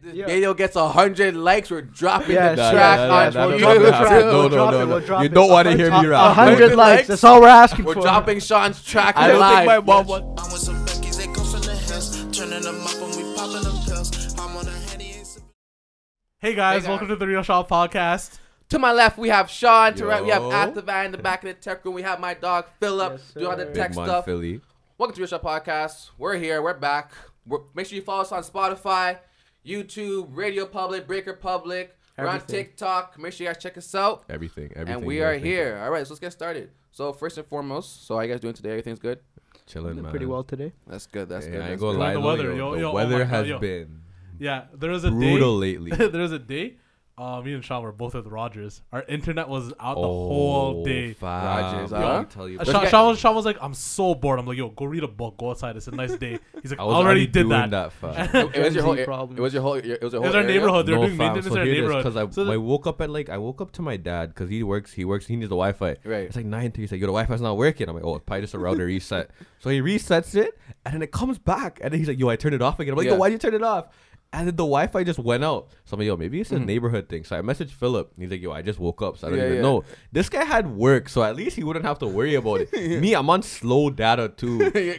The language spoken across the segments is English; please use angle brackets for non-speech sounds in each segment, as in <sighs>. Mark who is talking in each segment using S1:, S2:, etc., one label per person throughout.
S1: this
S2: Yeah.
S1: video gets a hundred likes, we're dropping
S2: Yeah,
S1: the
S2: sure.
S1: track
S2: Yeah,
S1: on
S2: yeah, yeah,
S1: YouTube.
S2: yeah, yeah, yeah.
S1: too.
S2: We'll
S3: No, no,
S2: drop it,
S3: no,
S2: we'll
S3: no.
S2: drop
S3: You
S2: it.
S3: don't want to hear
S2: A-
S3: me
S2: a
S3: rap.
S2: hundred
S1: Hundred likes.
S2: likes. That's all we're asking
S1: We're
S2: for.
S1: dropping Sean's track.
S3: <laughs> I don't think my
S1: live.
S3: mom would.
S4: I'm with some Becky's, they come from the hills. Turning them up when we popping them pills. I'm on a Henny, ain't some-
S3: Hey guys,
S1: guys.
S3: welcome to the Real Shop Podcast.
S1: To my left, we have Sean. To right, we have
S5: Yo.
S1: Atavan in the back of the tech room. We have my dog Philip
S2: Yes,
S1: doing all the
S2: sir.
S1: tech
S5: Big man
S1: stuff.
S5: Philly.
S1: Welcome to Real Shot Podcast. We're here. We're back. We're, make sure you follow us on Spotify, YouTube, Radio Public, Breaker Public. We're on
S2: Everything.
S1: TikTok. Make sure you guys check us out.
S5: Everything, everything.
S1: And we
S5: you
S1: are
S5: gotta think.
S1: here. All right, so let's get started. So first and foremost, so how you guys doing today? Everything's good.
S5: Chilling, man.
S2: Pretty well today.
S1: That's good. That's
S5: Yeah,
S1: good.
S5: I
S1: that's
S5: ain't
S1: good.
S5: gonna
S3: good.
S5: lie.
S3: The
S5: The
S3: weather,
S5: weather,
S3: yo, yo,
S5: the
S3: oh
S5: weather
S3: my God,
S5: has
S3: yo.
S5: been
S3: Yeah, there was a
S5: brutal
S3: day.
S5: lately.
S3: <laughs> there was a day. Uh, me and Sean were both at Rogers. Our internet was out the
S5: Oh,
S3: whole day.
S1: Rogers,
S5: Yo,
S1: huh?
S5: let me tell you,
S3: Uh,
S5: bro.
S3: Sean,
S1: get-
S3: Sean, was, Sean was like, "I'm so bored." I'm like, "Yo, go read a book. Go outside. It's a nice day." He's like, "I,
S5: <laughs> I was
S3: already did
S5: doing
S3: that." <laughs>
S5: that. fam.
S1: It was your whole.
S2: Gen Z
S1: It,
S2: problems.
S1: was your whole. It was your whole.
S3: It's our
S1: area?
S3: neighborhood. They're
S5: no,
S3: doing
S5: fam.
S3: maintenance
S5: So
S3: in our
S5: here it is,
S3: neighborhood.
S5: because I,
S3: So
S5: I
S3: the-
S5: woke up at like I woke up to my dad because he works, he works, he needs the Wi-Fi.
S1: Right.
S5: It's like nine thirty. He's like, your Wi-Fi's not working. I'm like, oh, it's probably just a router reset. <laughs> So he resets it, and then it comes back, and then he's like, yo, I turned it off again. I'm like,
S1: Yeah.
S5: yo, why would you turn it off? And then the Wi-Fi just went out. So I'm like, yo, maybe it's a
S3: Mm-hmm.
S5: neighborhood thing. So I messaged Philip. and He's like, yo, I just woke up, so I don't
S1: Yeah,
S5: even
S1: yeah.
S5: know. This guy had work, so at least he wouldn't have to worry about
S1: <laughs>
S5: it. Me, I'm on slow data too.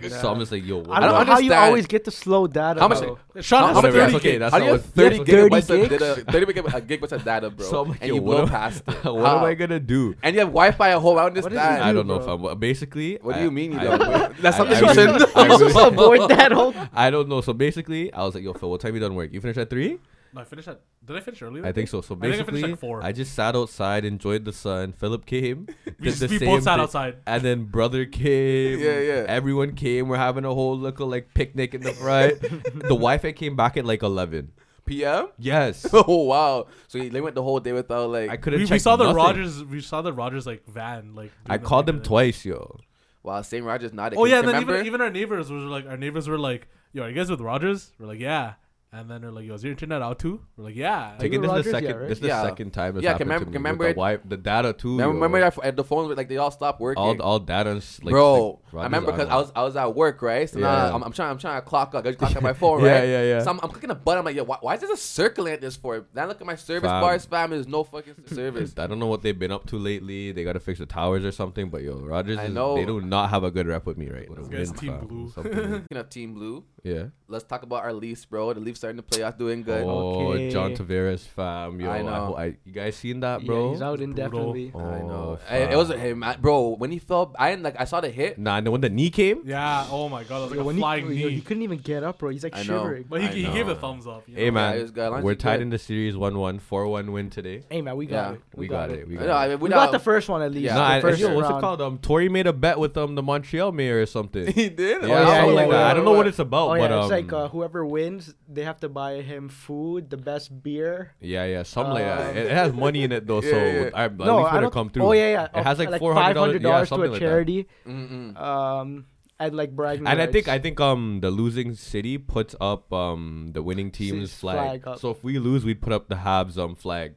S5: So I'm just like, yo,
S2: I
S5: what
S2: don't know
S5: about-
S2: how you
S1: understand.
S2: always get the slow data.
S1: How much-
S2: though.
S3: Sean has
S5: Whatever,
S3: 30
S5: that's okay.
S3: gigs.
S5: That's
S1: How do
S5: not
S1: you
S5: what
S1: have 30
S2: That's
S1: gigabytes,
S2: what-
S1: of
S5: <laughs>
S2: 30
S1: data, 30 gigabytes, a gigabytes of data, bro?
S5: So I'm like,
S1: and
S5: yo,
S1: you
S5: what
S1: blow
S5: am-
S1: past it.
S5: <laughs> what am
S1: How?
S5: I gonna do?
S1: And you have Wi-Fi at home. I don't
S2: is
S1: understand.
S2: this?
S5: I don't know,
S2: bro.
S5: fam. But basically,
S1: What do
S5: I-
S1: you mean you
S5: I-
S1: don't? bro? That's
S5: I-
S1: something
S5: I
S1: you
S5: really-
S2: <laughs>
S1: should
S5: I <laughs>
S2: I'm
S1: know.
S5: really-
S2: supposed to avoid that whole.
S5: <laughs> I don't know. So basically, I was like, "Yo, Phil, what time you done work? You finished at three?
S3: No, I finished at. Did I finish early?
S5: I
S3: that
S5: think
S3: day?
S5: so. So
S3: I think I finished
S5: basically, I,
S3: like four.
S5: just sat outside, enjoyed the sun. Philip came,
S3: <laughs> We
S5: did
S3: just-
S5: the
S3: we both
S5: same
S3: sat
S5: thing,
S3: outside.
S5: and then brother came.
S1: Yeah, yeah.
S5: Everyone came. We're having a whole little like picnic in the
S3: <laughs>
S5: front. the Wi-Fi came back at like eleven.
S1: PM.
S5: Yes,
S1: <laughs> Oh wow! So you- they went the whole day without like.
S5: I
S3: We,
S5: couldn't.
S3: we
S5: check
S3: saw the
S5: nothing.
S3: Rogers. We saw the Rogers like van. Like
S5: I
S3: doing the
S5: called
S3: thing
S5: them
S3: and-
S5: twice, yo.
S1: wow, St. Rogers nodded.
S3: Oh yeah, and
S1: remember?
S3: then even, even our neighbors were like, our neighbors were like, "Yo, are you guys with Rogers?" We're like, "Yeah." And then they're like, "Yo, is your internet out too?" We're like, "Yeah."
S5: Taking
S2: were
S5: this is the
S2: Rogers? Yeah,
S5: second.
S2: right?
S5: This is the
S1: Yeah.
S5: second time. It's
S1: Yeah,
S5: happened
S1: can
S5: to
S1: remem-
S5: me
S1: can
S5: with
S1: remember
S5: the,
S1: it-
S5: wi- the data too.
S1: Remember,
S5: yo.
S1: remember that f- the phones were like they all stopped working.
S5: all all data and s- like
S1: Bro,
S5: six- Rogers
S1: I remember because
S5: on
S1: I was I was at work, right? So now
S5: Yeah.
S1: I'm, I'm trying I'm trying to clock up. I just clock
S5: <laughs>
S1: up my phone,
S5: Yeah,
S1: right?
S5: yeah, yeah.
S1: So I'm, I'm clicking a button. I'm like, yo, why, why is there a circle at this for? Then I look at my service
S5: Fam.
S1: bars, fam. There's no
S5: <laughs>
S1: fucking service.
S5: I don't know what they've been up to lately. They gotta fix the towers or something. But yo, Rogers,
S1: I
S5: is,
S1: know.
S5: they do not have a good rep with me right now.
S3: guy's
S5: Win,
S3: Team
S5: fam,
S1: <laughs>
S3: Blue.
S5: something.
S1: Speaking of Team Blue,
S5: yeah.
S1: let's talk about our Leafs, bro. The Leafs starting to play off doing good.
S5: Oh,
S2: Okay.
S5: John Tavares, fam. Yo,
S1: I
S5: I
S1: know.
S5: know. I, you guys seen that, bro?
S2: Yeah, he's out indefinitely.
S5: Oh,
S1: I know. Hey, it was
S5: fam.
S1: hey, man, bro. When he fell, I didn't like. I saw the hit.
S5: Nah, and then when the knee came.
S3: Yeah. Oh my god, that was like
S2: Yo,
S3: a
S2: when
S3: flying
S2: he, yo,
S3: knee.
S2: he couldn't even get up, bro. He's like
S1: I know.
S2: shivering.
S3: but
S5: I
S3: he, he
S5: know.
S3: gave the thumbs up. You know?
S5: Hey
S1: Yeah,
S5: man,
S1: this guy, lines
S5: we're
S1: you
S5: tied
S1: good.
S5: in the series 1-1, 4-1 win today.
S2: Hey man, we got
S1: Yeah,
S2: it.
S5: we got it,
S2: We,
S1: I
S5: we got
S1: know,
S5: it.
S1: I mean,
S2: we got the
S1: without-
S2: first one at least.
S1: Yeah.
S5: Nah,
S2: the
S5: and- and
S2: first
S5: yo, what's it
S2: round.
S5: called? Um, Tori made a bet with um the Montreal mayor or
S2: <laughs>
S5: something.
S1: <laughs> He did. Oh,
S5: Yeah,
S1: Wow.
S2: Oh, yeah,
S5: something
S2: yeah,
S5: like that.
S2: yeah.
S5: I don't know what it's about,
S2: Oh
S5: but
S2: yeah,
S5: um,
S2: it's like uh, whoever wins, they have to buy him food, the best beer.
S5: Yeah, yeah, something like that.
S2: Uh,
S5: It, it has money in it though,
S2: <laughs>
S5: so
S1: Yeah, yeah.
S5: I, at
S2: no,
S5: least
S2: I
S5: when
S2: don't.
S5: it come through.
S2: Oh yeah, yeah.
S5: It has like four
S2: five
S5: hundred
S2: hundred
S5: dollars, yeah,
S2: to
S5: something
S2: a
S5: like
S2: charity.
S1: Mm-mm.
S2: um, and like bragging.
S5: that. And I think I
S2: rights.
S5: think um the losing city puts up um the winning team's
S2: City's
S5: flag.
S2: flag up.
S5: so if we lose, we'd put up the Habs um flag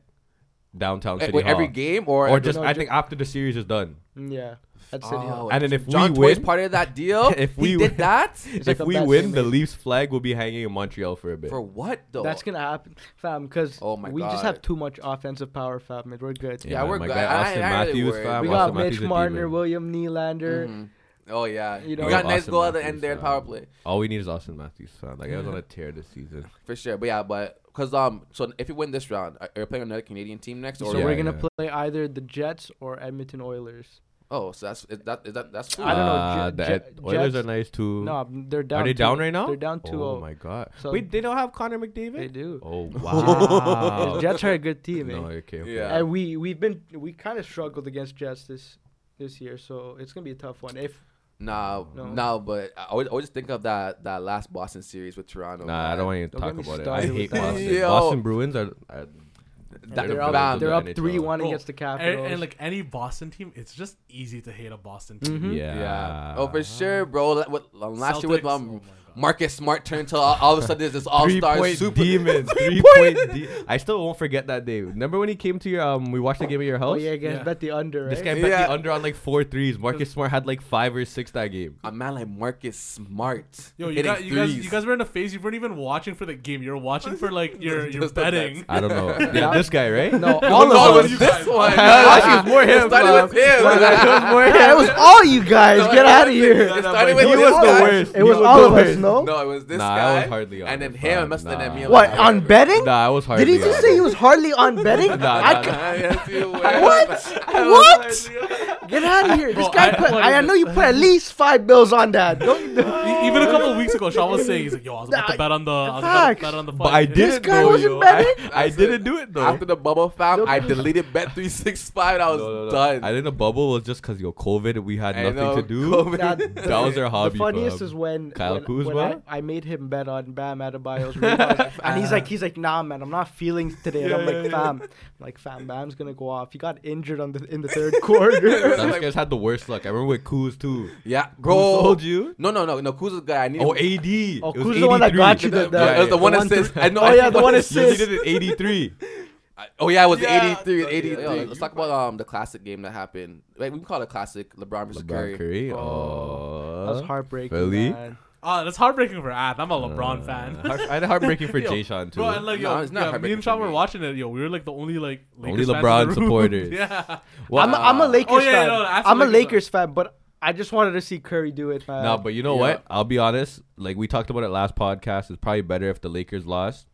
S5: downtown
S1: Eh,
S5: city
S1: Wait,
S5: hall.
S1: every game or,
S5: or just
S2: no,
S5: I
S2: ju-
S5: think after the series is done.
S2: yeah, at City Hall.
S1: Oh,
S5: And then if
S1: John
S5: we
S1: Toy's
S5: win,
S1: part of that deal,
S5: <laughs> If
S1: he
S5: we
S1: did
S5: win- <laughs>
S1: that
S2: It's like
S5: if
S2: a
S5: we
S2: bad
S5: win, the
S2: teammate.
S5: Leafs flag will be hanging in Montreal for a bit.
S1: for what though?
S2: That's gonna happen, fam. Because
S1: Oh my
S2: we just
S1: God.
S2: have too much offensive power, fam. and We're good.
S1: Yeah, we're
S5: my
S1: good.
S5: guy
S1: I- I- I
S5: Austin
S1: ain't really
S5: Matthews,
S1: worried.
S5: fam.
S2: we
S1: Austin
S2: got
S5: Matthews
S2: Mitch
S5: is a
S2: Marner,
S5: demon.
S2: William Nylander.
S1: Mhm. Oh yeah,
S2: Mm-hmm. You
S1: you,
S2: know-
S1: got a
S5: Austin
S1: nice goal at the
S5: Matthews,
S1: end there in
S5: fam.
S1: power play.
S5: All we need is Austin Matthews, fam. Like I was on a tear this season.
S1: For sure, but yeah, but because um, so if you win this round, are you playing another Canadian team next? Or
S2: So
S5: Yeah,
S2: we're gonna
S5: yeah.
S2: play either the Jets or Edmonton Oilers.
S1: oh, so that's is that is that that's cool.
S2: I don't know,
S5: Uh,
S2: Je-
S5: the
S2: Je-
S5: Ed- Oilers
S2: Jets-
S5: are nice too.
S2: No, they're down.
S5: Are they
S2: two-
S5: down right now?
S2: They're down 2
S5: Oh my god.
S2: So-
S5: Wait, they don't have Connor McDavid?
S2: They do. <laughs>
S5: Oh
S2: The
S5: wow.
S2: Jets are a good team.
S5: Oh. no,
S2: eh?
S5: okay, okay.
S1: Yeah.
S2: And we we've been we kind of struggled against Jets this this year, so it's gonna be a tough one. If
S1: Nah,
S2: No.
S1: no, but I always, I always think of that that last Boston series with Toronto.
S5: Nah, I don't want to even
S2: Don't
S5: talk
S2: get me
S5: about it. I
S2: started with
S5: hate
S2: that.
S5: Boston.
S1: Yo.
S5: Boston Bruins are. are
S1: That-
S2: they're
S5: the
S2: up,
S1: bad.
S5: Bruins
S2: they're
S5: of
S2: up
S5: the
S2: three
S5: NHL.
S2: one
S3: Bro,
S2: against the
S3: Oh, and,
S2: Capitals. Oh,
S3: and like any Boston team, it's just easy to hate a Boston team.
S2: Mhm.
S5: Yeah.
S1: Yeah. Oh, for sure, Oh, bro. La- with- um, last year with
S3: Celtics,
S1: um,
S3: oh my God.
S1: Marcus Smart turned into all, all of a sudden there's this all star
S5: Three-point
S1: super.
S5: <laughs> demon. Three point de- <laughs> I still won't forget that day. Remember when he came to your um? We watched the game at your
S2: Oh
S5: house.
S2: yeah, I guess
S3: Yeah.
S2: bet the under, right?
S5: This guy bet
S1: Yeah.
S5: the under on like four threes. Marcus Smart had like five or six that game.
S1: A man like Marcus Smart.
S3: Yo, you
S1: hitting
S3: guys, you guys,
S1: threes.
S3: you guys were in a phase you weren't even watching for the game. You're watching for
S1: <laughs>
S3: like your your
S1: Just the
S3: betting.
S5: I don't know. Yeah, this guy, right? <laughs>
S2: no,
S1: Oh,
S2: all
S1: no, it
S2: of
S1: was
S2: us.
S1: this one.
S5: Actually, it's more him,
S1: It started with
S5: bro.
S1: him.
S2: <laughs>
S1: <laughs>
S2: it was all you
S5: <laughs>
S2: guys.
S1: No,
S2: Get
S1: no,
S2: out of
S1: It
S2: here.
S5: no,
S1: started
S5: but
S1: with
S5: he
S1: this
S5: was the
S1: guy.
S5: worst.
S2: It was
S5: No,
S2: all of
S5: no,
S2: us,
S5: it-
S2: no?
S1: No, it was this
S5: Nah,
S1: guy.
S5: I was hardly on
S1: And then
S5: it,
S1: him. It
S5: fam.
S1: must have been
S5: Nah.
S1: Emil.
S2: What on betting?
S5: Nah, I was hardly.
S2: Did he just
S5: on
S2: say he
S5: it.
S2: was hardly on betting?
S5: Nah, nah,
S2: I c- <laughs>
S5: nah.
S1: yes, you <laughs> were.
S2: What? What? Get out of here! This
S3: Bro,
S2: guy
S3: I-
S2: put. I, know you put at least five bills on that. Don't.
S3: E- Even a couple of weeks ago, Sean was saying he's like, "Yo, I was about to bet on the, I was about to
S2: Facts.
S3: bet on the."
S5: But I
S3: fucking-
S5: didn't
S2: guy
S5: know,
S2: wasn't
S5: yo.
S2: betting?
S5: <laughs> I, I
S1: That's
S5: didn't
S1: it.
S5: do it though.
S1: After the bubble found, I deleted Bet three six five. I was
S5: No, no, no.
S1: done.
S5: I think the bubble was just because yo COVID. We had
S1: I
S5: nothing
S1: know,
S5: to do.
S1: COVID.
S2: <laughs>
S5: <laughs>
S2: Nah, the-
S5: That was our hobby.
S2: The funniest
S5: fam.
S2: is when
S5: Kyle
S2: when, when I,
S5: Kuzma?
S2: I made him bet on Bam Adebayo's rebounds, and he's like, he's like, nah, man, I'm not feeling today. And I'm like, fam, I'm like, fam, Bam's gonna go off. He got injured on the in the third quarter.
S5: Those guys had the worst luck. I remember with Kuz too.
S1: yeah,
S5: Who
S1: bro.
S5: sold you?
S1: No, no, no, no. Kuz's guy. I need.
S5: Oh,
S1: him.
S5: AD.
S2: Oh,
S5: It was
S2: Kuz the one that
S5: 83.
S2: got you the-
S1: Yeah,
S2: the-
S1: it was the
S2: the
S1: one
S2: one
S1: assist.
S2: three-
S1: I know.
S2: Oh,
S1: I
S2: yeah,
S1: think
S2: the one
S5: Yes,
S2: assist.
S5: He did it 83.
S1: Oh yeah, it was
S4: Yeah,
S1: 83 and
S4: the-
S1: 83.
S4: yeah,
S1: let's talk about um the classic game that happened. Like we can call it a classic. LeBron versus
S5: LeBron
S1: Curry.
S5: Curry.
S2: Oh, That was
S5: Oh.
S2: heartbreaking.
S5: Philly?
S2: man.
S3: Ah, that's heartbreaking for Ath. I'm a
S5: Uh,
S3: LeBron fan.
S5: Heart- I had a heartbreaking
S2: <laughs>
S5: for Jay Sean
S3: <laughs>
S5: too.
S3: Bro, and like, yo,
S1: No, it's not
S3: yeah, me
S1: heartbreaking
S3: and Sean
S1: for
S3: were
S1: me.
S3: watching it. Yo, we were like the only like
S5: Only
S3: Lakers fans in
S5: LeBron
S3: the room. <laughs>
S5: supporters.
S3: yeah,
S5: Well,
S2: I'm a, I'm a Lakers
S3: yeah,
S2: fan.
S3: no, no, that's
S2: I'm
S3: a
S2: a
S3: Lakers fan.
S2: Lakers fan, but I just wanted to see Curry do it, man.
S5: No, but you know
S1: uh, Yeah.
S5: what? I'll be honest. Like we talked about it last podcast, it's probably better if the Lakers lost.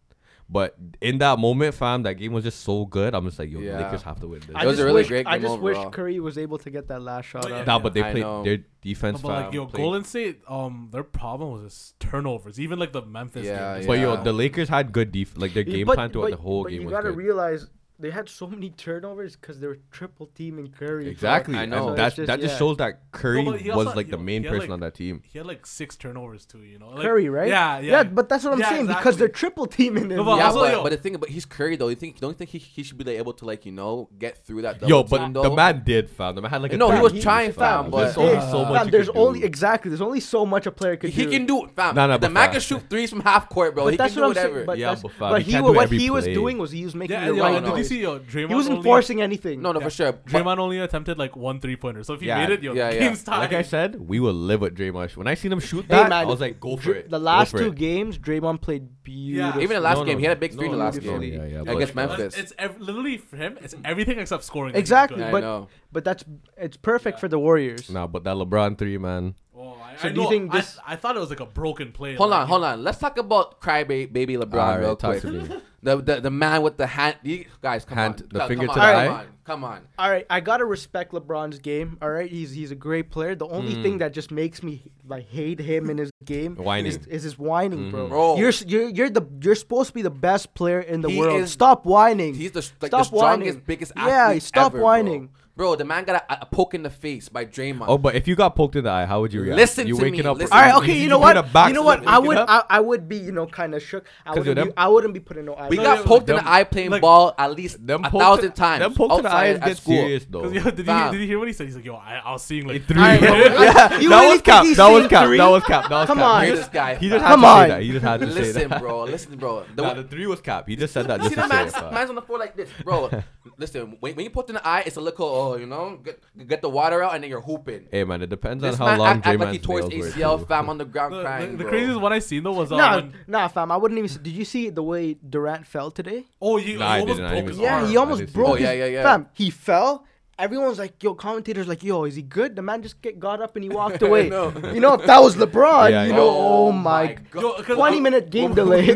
S5: But in that moment, fam, that game was just so good. I'm just like, yo,
S1: Yeah.
S5: the Lakers have to win this.
S2: I
S1: It was a
S2: just
S1: really
S2: wish,
S1: great
S2: I
S1: game
S2: just
S1: overall.
S2: wish Curry was able to get that last shot.
S3: Oh, yeah.
S2: up.
S5: nah, but they
S1: I
S5: played
S1: know.
S5: their defense.
S3: but like,
S5: fam,
S3: yo,
S5: played-
S3: Golden State, um, their problem was just turnovers. Even like the Memphis
S1: Yeah,
S3: game.
S5: But
S1: Yeah.
S5: yo, the Lakers had good def. Like their
S2: Yeah,
S5: game
S2: but-
S5: plan throughout
S2: but-
S5: the whole
S2: but
S5: game
S2: You
S5: was
S2: gotta
S5: good.
S2: realize they had so many turnovers because they were triple teaming Curry. bro.
S5: Exactly.
S1: I
S5: and
S1: know.
S5: that
S2: So it's
S5: that just
S2: yeah.
S5: shows that Curry
S3: Well, but he
S5: was
S3: also-
S5: like the
S3: yo,
S5: main
S3: he had,
S5: person
S3: like-
S5: on that team.
S3: He had like six turnovers too. You know, like,
S2: Curry, right?
S3: Yeah, yeah,
S2: but that's what I'm
S3: Yeah,
S2: saying because they're
S3: exactly.
S2: triple teaming him.
S3: No, but
S1: Yeah,
S3: Oh, Also,
S1: but,
S3: yo-
S1: but the thing about he's Curry though. You think don't you think he, he should be like, able to like you know get through that?
S5: Yo,
S1: double
S5: but
S1: team,
S5: the
S1: though?
S5: man did, fam. The man had like a
S1: No, he
S5: third
S1: was
S5: piece,
S1: trying, fam, but-
S5: there's only so
S2: Fam,
S5: much. you
S2: there's
S5: could
S2: only
S5: do.
S2: exactly there's only so much a player could
S1: He
S2: do.
S1: can do it, fam.
S5: Nah, nah,
S1: the
S5: but
S1: man
S5: fam.
S1: can shoot threes from half court, bro.
S2: but
S1: he
S2: that's
S1: can do
S2: what I'm
S1: whatever.
S2: saying. But,
S5: Yeah,
S2: that's,
S5: but
S2: but,
S5: fam, he
S2: he
S5: can't
S2: wa-
S5: do
S2: what
S5: every
S2: he was
S5: play.
S2: doing was he was making
S3: yeah.
S2: the
S3: yo,
S2: right
S3: and did you
S2: noise.
S3: see yo, Draymond?
S2: He wasn't
S3: only-
S2: forcing anything.
S1: no, no,
S3: Yeah.
S1: for sure. But-
S3: Draymond only attempted like one three pointer. So if he
S5: Yeah,
S3: made it, yo,
S1: yeah, yeah.
S3: game's tied.
S5: Like I said, we will live with Draymond. When I seen him shoot
S2: Hey,
S5: that, I
S2: man,
S5: was like, go for
S2: Dr-
S5: it.
S2: The
S5: Go
S2: last
S5: for
S2: two
S5: it.
S2: games, Draymond played beautiful.
S1: Even the last
S5: No,
S1: game,
S5: no,
S1: he had a big three in the
S5: no,
S1: last
S5: no,
S1: game
S5: yeah, yeah,
S1: against
S5: but-
S1: Memphis.
S3: It's ev- literally for him. It's everything except scoring. that he's
S2: exactly,
S3: good.
S1: I
S2: but
S1: know.
S2: but that's it's perfect for the Warriors.
S5: Nah, but that LeBron three, man.
S3: Oh, I,
S2: So
S3: I
S2: do you
S3: know-
S2: think
S3: I-
S2: this-
S3: I, thought it was like a broken play.
S1: Hold
S3: like,
S1: on, hold on. Let's talk about crybaby baby LeBron
S5: All right,
S1: real
S5: talk
S1: quick.
S5: to me.
S1: The, the the man with the hand. You, guys, come
S5: Hand-
S1: on.
S5: the
S1: Come-
S5: finger
S1: come
S5: to
S1: on,
S5: the
S1: come
S5: eye?
S1: on, Come on.
S2: All right, I gotta respect LeBron's game. All right, he's he's a great player. The only
S5: Hmm.
S2: thing that just makes me like hate him in his game
S5: Whining. Mm-hmm.
S2: is, is his whining, bro.
S1: Bro.
S2: You're, s- you're you're the you're supposed to be the best player in the
S1: He
S2: world.
S1: is-
S2: Stop whining.
S1: He's the like the
S2: Stop
S1: strongest,
S2: whining.
S1: biggest athlete
S2: Yeah, stop
S1: ever, bro.
S2: whining.
S1: Bro. the man got a, a poke in the face by Draymond.
S5: Oh, but if you got poked in the eye, how would you react?
S1: Listen
S5: you
S1: to me, listen
S2: All right,
S1: You-
S2: okay.
S1: you
S2: You know
S5: doing
S2: what?
S5: a back
S2: You know what?
S5: flip,
S2: I
S5: waking
S2: would
S5: up?
S2: I, I would be you know kind of shook. I
S5: 'Cause you're
S2: wouldn't be,
S5: them-
S2: I wouldn't be putting no eyes.
S1: we
S2: on
S1: got
S2: him.
S3: yeah,
S1: poked in
S5: them-
S1: the eye playing
S3: like,
S1: ball at least
S5: Them
S1: a
S5: poked-
S1: thousand times.
S5: Them poked in the
S1: outside
S5: eyes
S1: at
S5: get
S1: school.
S5: serious
S1: <laughs>
S5: <laughs> though.
S3: 'Cause, yo, did, you,
S1: Fam.
S3: did you hear what he said? He's like, yo, I, I was seeing like
S5: Three.
S2: Alright, bro,
S5: yeah,
S2: you
S5: that
S2: really
S5: was
S2: think
S5: cap.
S2: he's
S5: That was
S2: seeing
S5: cap.
S2: three?
S5: That was cap. That was
S2: Come
S5: cap.
S2: on.
S5: He
S1: Hear
S5: just,
S1: this guy. <laughs>
S5: he just had
S2: Come
S5: to say
S2: on.
S5: that. He just had to say
S1: Listen,
S5: that.
S1: bro. Listen,
S5: <laughs>
S1: bro. The,
S5: Nah, the three was cap. He just said that.
S1: You
S5: Just
S1: see
S5: to
S1: the
S5: say it,
S1: man's,
S5: fam.
S1: man's on the floor like this, bro.
S5: <laughs>
S1: Listen, when, when you put in the eye, it's a little, oh, you know, get, get the water out and then you're hooping.
S5: Hey man, it depends on
S1: This
S5: how
S1: man
S5: long
S1: act, act
S5: Draymond's
S1: like he tore his
S5: nails
S1: ACL,
S5: were. too.
S1: fam, on
S5: <laughs>
S1: the ground
S3: the,
S1: crying.
S3: the, the
S1: bro.
S3: craziest one I seen though was uh,
S2: Nah,
S3: when-
S2: nah, fam. I wouldn't even. s- Did you see the way Durant fell today?
S3: oh you
S5: Nah, I
S3: you almost
S5: didn't, I
S3: broke
S5: didn't
S3: his
S5: even-
S2: Yeah,
S3: arm.
S2: he
S5: I didn't
S2: almost
S5: see
S1: that.
S2: broke. his-
S1: Yeah, yeah, yeah.
S2: Fam, he fell. Everyone's like, yo, commentators like, yo, is he good? The man just get, got up and he walked away.
S1: know.
S2: You know, if that was LeBron,
S5: Yeah,
S2: you
S5: yeah.
S2: know, oh, my.
S1: God.
S3: Yo, 'cause
S2: Twenty
S3: I'm-
S2: minute game delay. <laughs>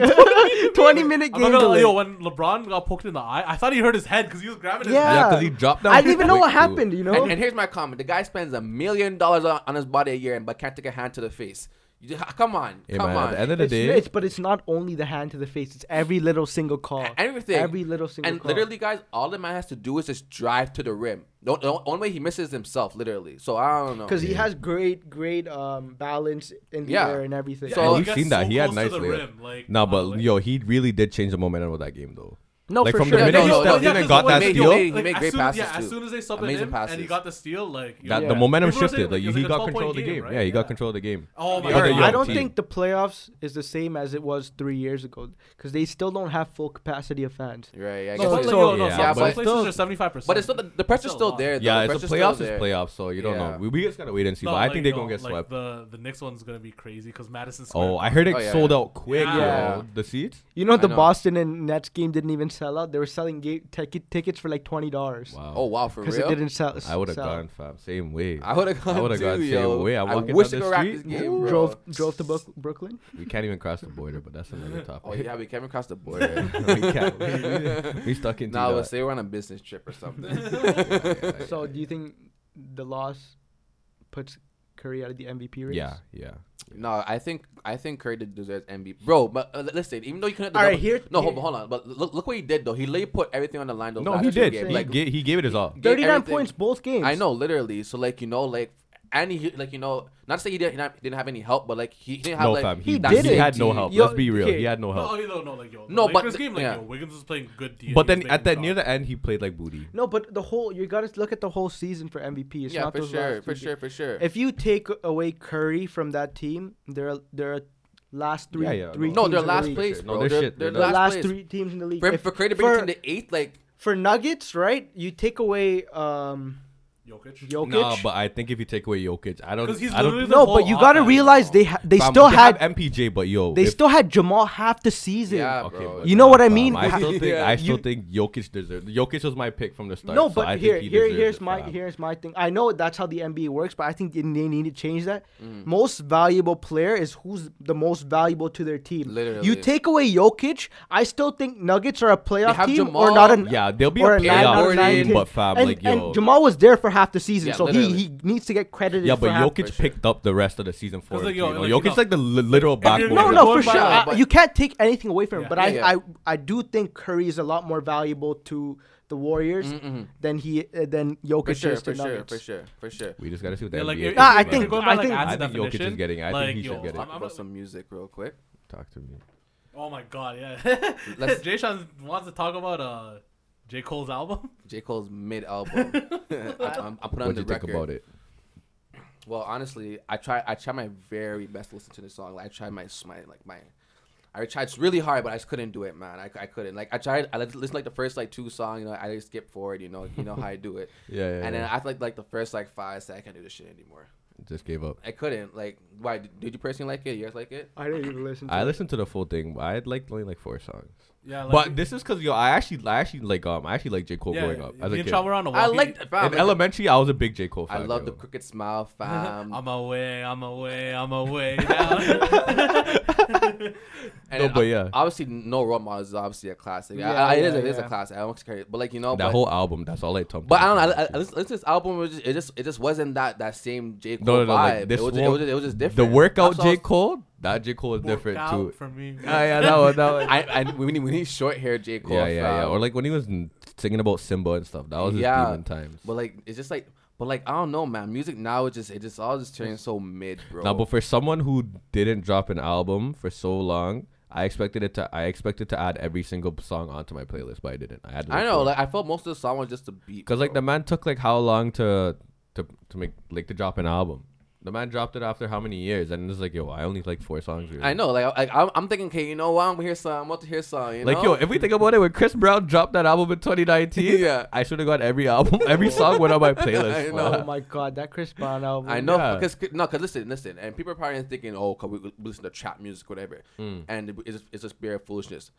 S2: Twenty minute
S3: I'm not
S2: game
S3: gonna lie,
S2: delay.
S3: yo, when LeBron got poked in the eye, I thought he hurt his head because he was grabbing his
S2: Yeah.
S5: Yeah,
S3: head.
S5: because he dropped down.
S2: I didn't even know what
S5: quick, too.
S2: happened. You know,
S1: And, and here's my comment: the guy spends a million dollars on, on his body a year, and but can't take a hand to the face. You, ah, come on,
S5: Hey
S1: come
S5: man, at the
S1: on.
S5: end of the
S2: it's,
S5: day,
S2: it's- but it's not only the hand to the face. It's every little single call.
S1: Everything,
S2: Every little single
S1: and
S2: call.
S1: literally, guys, all the man has to do is just drive to the rim. The, the only way he misses is himself, literally. So I don't know.
S2: because he has great, great um balance in the
S1: Yeah.
S2: air and everything.
S3: Yeah,
S1: So-
S3: and
S5: And
S3: he
S5: we've
S3: gets
S5: seen that.
S3: so
S5: he had
S3: close to
S5: nice
S3: the
S5: layup.
S3: rim, like,
S5: nah,
S3: wow,
S5: but
S3: like-
S5: yo, he really did change the momentum of that game though.
S2: No,
S5: Like,
S2: for
S5: from the
S2: sure.
S5: minute
S2: no,
S5: he
S2: no,
S5: stepped
S3: yeah,
S5: in and
S3: 'cause
S5: got
S3: when
S5: that
S3: they-
S5: steal,
S1: they- He made
S3: as
S1: great
S3: soon,
S1: passes,
S3: yeah, as
S1: too.
S3: soon as they subbed
S1: Amazing
S3: him and
S1: passes.
S3: he got the steal, like you
S5: that
S3: know,
S5: the
S2: Yeah.
S5: momentum
S3: People were saying
S5: shifted. Like,
S3: it was
S5: he
S3: like a
S5: got
S3: 12-point
S5: control of the
S3: game,
S5: game.
S3: right?
S5: Yeah, he
S3: Yeah.
S5: got control of the game.
S3: Oh my
S5: Because
S1: God.
S5: of
S1: Yeah.
S5: young
S2: I don't
S5: team.
S2: think the playoffs is the same as it was three years ago because they still don't have full capacity of fans.
S1: Right. I
S3: No,
S1: guess
S3: but
S1: it-
S3: like, yo, no,
S5: yeah,
S3: some,
S1: but
S3: some
S1: it's
S3: places
S2: still-
S3: are seventy five percent.
S1: But it's still the, the pressure's
S3: Still
S1: still
S3: a lot.
S1: there. Though.
S5: Yeah,
S1: the
S5: it's a
S1: pressure's
S5: playoffs.
S1: still
S5: It's
S1: there.
S5: playoffs, so you don't
S1: Yeah.
S5: know. We, we just gotta wait and see.
S3: No,
S5: but I think
S3: like,
S5: they're gonna
S3: no,
S5: get
S3: like
S5: swept.
S3: The the next one's gonna be crazy because Madison Square.
S5: Oh, I heard it
S1: Oh, yeah,
S5: sold
S1: yeah.
S5: out quick.
S1: Yeah.
S5: Yo. The seats.
S2: You know,
S1: I
S2: the
S1: know.
S2: Boston and Nets game didn't even sell out. They were selling gate ticket tickets for like twenty dollars
S5: Wow.
S1: Oh wow, for
S2: because
S1: real.
S2: it didn't sell.
S5: I would have
S2: sell.
S5: gone, fam. Same way.
S1: I would have gone.
S5: I would've
S1: too,
S5: gone same
S1: yo.
S5: way. I'm
S1: I
S5: walking
S1: wish
S5: down
S1: I
S5: the
S1: could wrap
S5: street.
S1: this game, bro.
S2: Drove drove to
S1: <laughs>
S2: Brook- Brooklyn.
S5: we can't even cross the border, but that's another topic.
S1: Oh yeah, we came across
S5: <laughs>
S1: the border.
S5: we can't. We, we stuck in.
S1: Nah, we'll say we're on a business trip or
S5: <laughs>
S1: something.
S2: So, do you think the loss puts Curry out of the MVP race?
S5: Yeah, yeah.
S1: no, I think I think Curry did deserves MVP, bro. But uh, listen, even though you couldn't.
S2: All right, here-
S1: No, hold,
S2: here-
S1: hold on. But look, look what he did though. He literally put everything on the line. Those
S5: No,
S1: last
S5: he
S1: two
S5: did.
S1: games.
S5: He,
S1: Like,
S5: ga- he gave it his all.
S1: gave
S2: Thirty-nine
S1: everything.
S2: points both games.
S1: I know, literally. So like you know, like and he like you know, not to say he didn't he didn't have any help, but like he didn't have
S5: No,
S1: like
S5: fam.
S2: he
S5: He,
S1: that
S2: did
S5: he
S2: it.
S5: had no
S1: CT.
S5: help.
S2: Yo,
S5: Let's be real.
S2: okay.
S5: He had no
S3: No,
S5: help.
S3: you don't know, like yo. the
S1: No, but
S3: Lakers
S1: the-
S3: game, like
S1: yeah.
S3: yo, Wiggins was playing good. D and he
S5: But
S3: was
S5: then
S3: making
S5: at that
S3: shots.
S5: near the end, he played like booty.
S2: No, but the whole you gotta look at the whole season for MVP. It's
S1: Yeah,
S2: not
S1: for
S2: those
S1: sure,
S2: last
S1: for
S2: two
S1: sure, for sure.
S2: games. If you take away Curry from that team, their their last three
S5: Yeah, yeah,
S2: three
S1: no,
S2: teams
S1: they're
S2: in
S1: last
S2: the league.
S1: place,
S5: No,
S1: bro.
S5: they're
S1: they're,
S5: shit.
S1: They're,
S5: They're
S2: The
S1: last,
S2: last
S1: place.
S2: three teams in the league.
S1: For,
S2: If-
S1: for Curry to bring
S2: for,
S1: him to eighth, like
S2: for Nuggets, right? You take away um
S3: Jokic.
S2: Jokic.
S5: Nah, but I think if you take away Jokic, I don't.
S3: 'Cause he's
S5: I don't.
S3: literally the
S2: no,
S3: whole
S2: but you gotta
S3: offense.
S2: realize they ha- they
S5: fam,
S2: still
S5: they
S2: had
S5: have MPJ, but yo,
S2: they
S5: if-
S2: still had Jamal half the season.
S1: yeah,
S5: Okay,
S1: bro.
S5: but
S2: You know what I
S5: fam,
S2: mean?
S5: I still
S2: Yeah.
S5: think I still
S2: You-
S5: think Jokic deserved. Jokic was my pick from the start.
S2: No,
S5: so
S2: but
S5: I think
S2: here,
S5: he
S2: here,
S5: deserved
S2: here's
S5: it,
S2: my
S5: fam.
S2: here's my thing. I know that's how the NBA works, but I think they they need to change that.
S1: Mm.
S2: Most valuable player is who's the most valuable to their team.
S1: Literally.
S2: you take away Jokic, I still think Nuggets are a playoff
S1: have
S2: team
S1: Jamal.
S2: or not an
S5: Yeah, they'll be
S2: or
S5: a
S2: a nine out of
S5: playoff
S1: Gordon,
S2: nine
S5: team,
S2: team.
S5: but fam,
S2: and,
S5: like
S2: and
S5: yo,
S2: Jamal was there for half the season,
S1: Yeah,
S2: so he,
S1: literally.
S2: he needs to get credited.
S5: yeah,
S2: for
S5: but
S2: half-
S5: Jokic
S1: for sure.
S5: picked up the rest of the season for
S3: like,
S5: him.
S3: yo,
S5: you know?
S3: like, you
S5: Jokic's
S3: know-
S5: like the li- literal
S3: you're
S5: backbone.
S3: gonna
S2: No,
S5: of
S2: no,
S3: Going
S2: for
S3: by
S2: sure.
S1: that,
S2: I-
S1: but-
S2: you can't take anything away from him.
S3: Yeah.
S2: But I,
S1: Yeah, yeah.
S2: I, I do think Curry is a lot more valuable to the Warriors than he uh, than Jokic
S1: For sure,
S2: is to
S1: for sure,
S2: Nuggets.
S1: for sure, for sure.
S5: We just gotta see what the
S3: Yeah, like,
S5: NBA.
S3: if-
S2: Nah, I
S3: if
S5: thinks,
S2: think-
S3: you're going
S5: man.
S3: by,
S2: I
S3: like,
S2: think-
S3: Ad's
S5: I think Jokic is
S3: definition,
S5: getting it. I think
S3: like,
S5: he should
S3: yo,
S5: get it.
S1: Talk
S3: I'm- I'm
S1: about
S3: not-
S1: some music real
S2: <laughs>
S1: quick.
S5: talk to me.
S3: Oh my god, yeah.
S1: Let's-
S3: Jay Sean wants to talk about uh J Cole's album.
S1: J Cole's mid <laughs>
S2: <laughs>
S1: album. I'm, I'm putting on
S5: What
S1: the
S5: do you think
S1: record.
S5: about it?
S1: Well, honestly, I try. I try my very best to listen to this song. Like, I tried my my like my. I tried really hard, but I just couldn't do it, man. I, I couldn't. Like I tried. I listened like the first like two songs. You know, I just skip forward. You know, you know how I do it.
S5: <laughs> Yeah, yeah,
S1: And then
S5: yeah.
S1: after like like the first like five, I said I can't do this shit anymore.
S5: Just gave up.
S1: I couldn't. Like, why? Did, did you personally like it? You guys like it?
S2: I didn't even listen. To
S5: I
S2: it.
S5: listened to the full thing. But I liked only like four songs.
S3: Yeah, like,
S5: But this is because yo, I actually, I actually like um, I actually like J Cole
S3: yeah,
S5: growing up as
S3: me
S5: a
S3: and
S5: kid.
S3: Sean were on a walk.
S1: I liked.
S5: In elementary, I was a big J Cole
S1: I
S5: fan.
S1: love the
S5: yo.
S1: crooked smile,
S5: <laughs>
S1: fam.
S3: I'm away, I'm away, I'm away now.
S1: And
S5: No,
S1: then,
S5: but
S1: uh,
S5: yeah.
S1: Obviously, no role models is obviously a classic. I-
S2: Yeah,
S1: I- it is.
S2: yeah,
S1: it is a
S2: yeah.
S1: classic. I don't care. But like you know,
S5: That
S1: but,
S5: whole album. That's all I talked.
S1: but I don't know. I, I, I listened to this album. It, was just, it just it just wasn't that that same J Cole
S5: No, no, no.
S1: vibe.
S5: Like, this
S1: it, was, it,
S5: one-
S1: was, it was just different.
S5: The workout
S1: That's what I
S5: J
S1: was-
S5: Cole. That J Cole is different
S3: Work
S5: too.
S3: out for me.
S5: <laughs> Ah, yeah, that one,
S1: <laughs>
S5: that one.
S1: I, I we need we need short hair J Cole.
S5: yeah, yeah, yeah.
S1: fam.
S5: Or like when he was n- singing about Simba and stuff. That was his
S1: Yeah.
S5: demon times.
S1: but like it's just like but like I don't know, man. Music now it just it just all just turning so mid, bro.
S5: Now, but for someone who didn't drop an album for so long, I expected it to. I expected to add every single song onto my playlist, but I didn't. I had.
S1: I know. Like I felt most of the song was just a beat.
S5: because like
S1: bro.
S5: the man took like how long to to to make like to drop an album. The man dropped it after how many years, and it's like, yo, I only like four songs. Really.
S1: I know, like, I- like I'm, I'm thinking, okay, you know what? I'm gonna hear some, I'm about to hear some, you
S5: Like
S1: know? <laughs>
S5: yo, if we think about it, when Chris Brown dropped that album in 2019,
S1: Yeah.
S5: I should have got every album, <laughs> every song went on
S1: <laughs>
S5: my
S1: I
S5: playlist.
S1: know.
S5: man.
S2: Oh my god, that
S5: <laughs>
S2: Chris Brown album.
S1: I know,
S5: Yeah.
S1: because no, because listen, listen, and people are probably thinking, oh, cause we, we listen to trap music, whatever,
S5: Hmm.
S1: and it- it's it's just bare foolishness.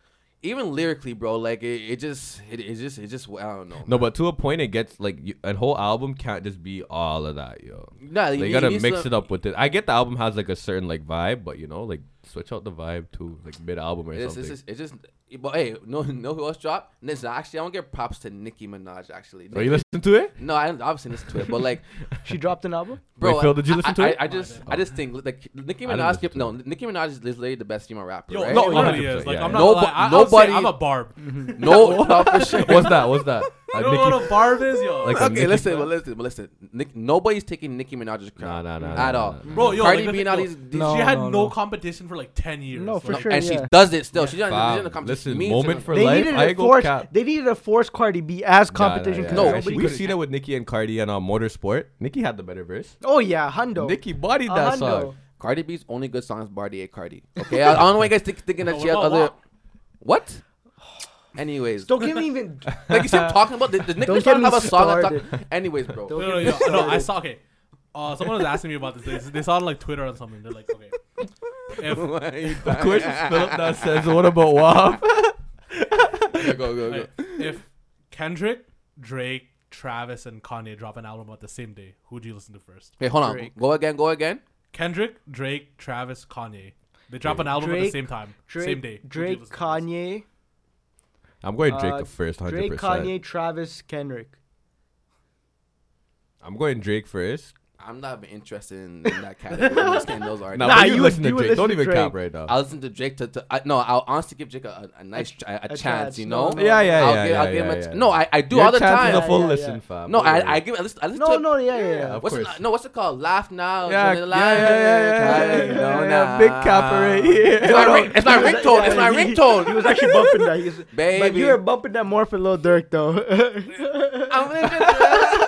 S1: Even lyrically, bro, like it, it just it, it just it just I don't know.
S5: No, but to a point, it gets like you, a whole album can't just be all of that, yo.
S1: No,
S5: They gotta mix it up with it. I get the album has like a certain like vibe, but you know, like switch out the vibe to like mid album or
S1: It's,
S5: something.
S1: it's, just, it's just, but hey, no, <laughs> no, who else dropped? Listen, actually, I don't give props to Nicki Minaj. Actually,
S5: Are you listening to it?
S1: no, I obviously listen to it, but
S5: <laughs>
S1: like,
S2: she dropped an album.
S1: bro,
S5: Wait, Phil, did you
S1: I-
S5: listen to
S1: I,
S5: it? Oh.
S1: I, I just, I just think like Nicki
S5: I didn't
S1: Minaj.
S5: listen
S1: Give,
S5: to
S1: no, Nicki Minaj is literally the best female rapper.
S3: Yo,
S1: right?
S3: no,
S5: Yo,
S3: it really
S5: 100%,
S3: is. Like,
S5: yeah,
S3: I'm
S5: yeah.
S3: not
S1: No,
S3: gonna lie,
S1: but
S3: <laughs> I, I'll say
S1: nobody-
S3: I'm a barb.
S5: <laughs>
S1: no, no, for sure. <laughs>
S5: What's that? What's that? Like
S3: you know
S5: Nicki-
S3: what a barb is, yo?
S5: Like a
S1: okay,
S5: Nicki
S1: listen,
S5: Minaj.
S1: but listen, but listen. Nick, nobody's taking Nicki Minaj's
S5: Nah,
S1: crown
S5: nah, nah.
S1: at
S5: nah,
S1: all.
S5: nah, nah.
S3: <laughs> bro, yo,
S1: Cardi
S3: like,
S1: B and all these, these
S2: No,
S3: she had
S2: no,
S3: no,
S2: no.
S3: competition for like ten years.
S2: No, for
S3: like,
S2: sure.
S1: and
S2: yeah.
S1: she does it still. She's not,
S5: Fam,
S1: she's not come.
S5: listen,
S1: she's mean
S5: moment
S1: to
S5: for
S1: them.
S2: They
S5: life,
S2: needed
S5: I
S2: a
S5: go
S2: force.
S5: cap.
S2: They needed a force Cardi B as
S5: Nah, nah,
S2: competition.
S5: yeah,
S2: because
S1: No,
S5: yeah.
S1: but
S2: nobody
S1: she
S5: we've
S2: could-
S5: seen it with Nicki and Cardi and uh, Motorsport. Nicki had the better verse.
S2: Oh yeah, Hundo.
S5: Nicki bodied
S2: A
S5: that
S1: Uh-huh,
S2: hundo.
S5: song.
S1: <laughs> Cardi B's only good song is Bardi A Cardi.
S5: <laughs>
S1: Okay, I, I don't know why you guys think, thinking that
S3: Yo,
S1: she has
S3: what about
S1: other. What? Anyways,
S2: Don't
S5: <laughs>
S2: get me even.
S1: like you see, I'm talking about the, the Nick
S2: Don't
S1: Minaj
S2: get me
S1: have a song. that
S2: started.
S1: talk- Anyways, bro.
S2: Don't-
S3: No, no, yo, no, <laughs> I saw. Okay, uh, someone was asking me about this. They, they saw it on like Twitter or something. They're like, <laughs> okay,
S1: <laughs>
S3: if
S5: Of course, it's Philip that says, "What about WAP?"
S1: go go go.
S3: Alright, if Kendrick, Drake, Travis, and Kanye drop an album at the same day, who do you listen to first?
S1: Okay, hold on.
S2: Drake.
S1: Go again. Go again.
S3: Kendrick, Drake, Travis, Kanye. They drop an album at the
S2: Drake-
S3: same time,
S2: Drake,
S3: same day. Who do you
S2: Drake,
S3: listen to first?
S2: Kanye,
S5: <laughs> I'm going Drake
S2: Uh,
S5: first, hundred
S2: Drake,
S5: percent.
S2: Kanye, Travis, Kendrick.
S5: I'm going Drake first.
S1: I'm not even interested in, in that category. I'm just saying those are.
S5: Now,
S2: Nah,
S5: you,
S2: you-
S5: listen to
S2: you would
S5: Drake. Don't
S2: listen to
S5: even cap
S2: Drake.
S5: right now.
S1: I'll listen to Drake to, to I, no. I'll honestly give Drake a, a, a nice ch- a, a chance,
S2: chance.
S1: You
S2: No,
S1: know?
S2: no,
S5: yeah, yeah,
S1: I'll
S5: yeah,
S1: give,
S5: yeah,
S1: I'll give
S5: yeah,
S1: him a
S5: yeah.
S1: t- no. I, I do
S5: Your
S1: all the
S5: chance
S1: time.
S5: Is a full
S2: Yeah, yeah,
S5: listen,
S2: yeah.
S5: fam.
S1: No,
S5: Don't worry.
S1: I, I give I listen, I listen
S2: No,
S1: to
S2: no, yeah, yeah.
S5: Yeah,
S2: yeah.
S5: of
S1: what's
S5: course.
S1: it, no what's it called? Laugh now.
S5: Yeah,
S1: join the
S5: yeah,
S1: line.
S5: yeah, yeah, yeah,
S1: Cry,
S5: yeah,
S1: you know
S5: yeah,
S1: now.
S5: big capper right here.
S1: It's my,
S5: Hold
S1: ring,
S5: on.
S1: it's <laughs> my
S2: He was-
S1: ringtone.
S2: yeah,
S1: It's my
S2: he-
S1: ringtone.
S2: He was
S1: <laughs>
S2: actually bumping that. He was, But
S1: Baby.
S2: you were bumping that more for Lil Durk though. <laughs>
S1: I'm gonna-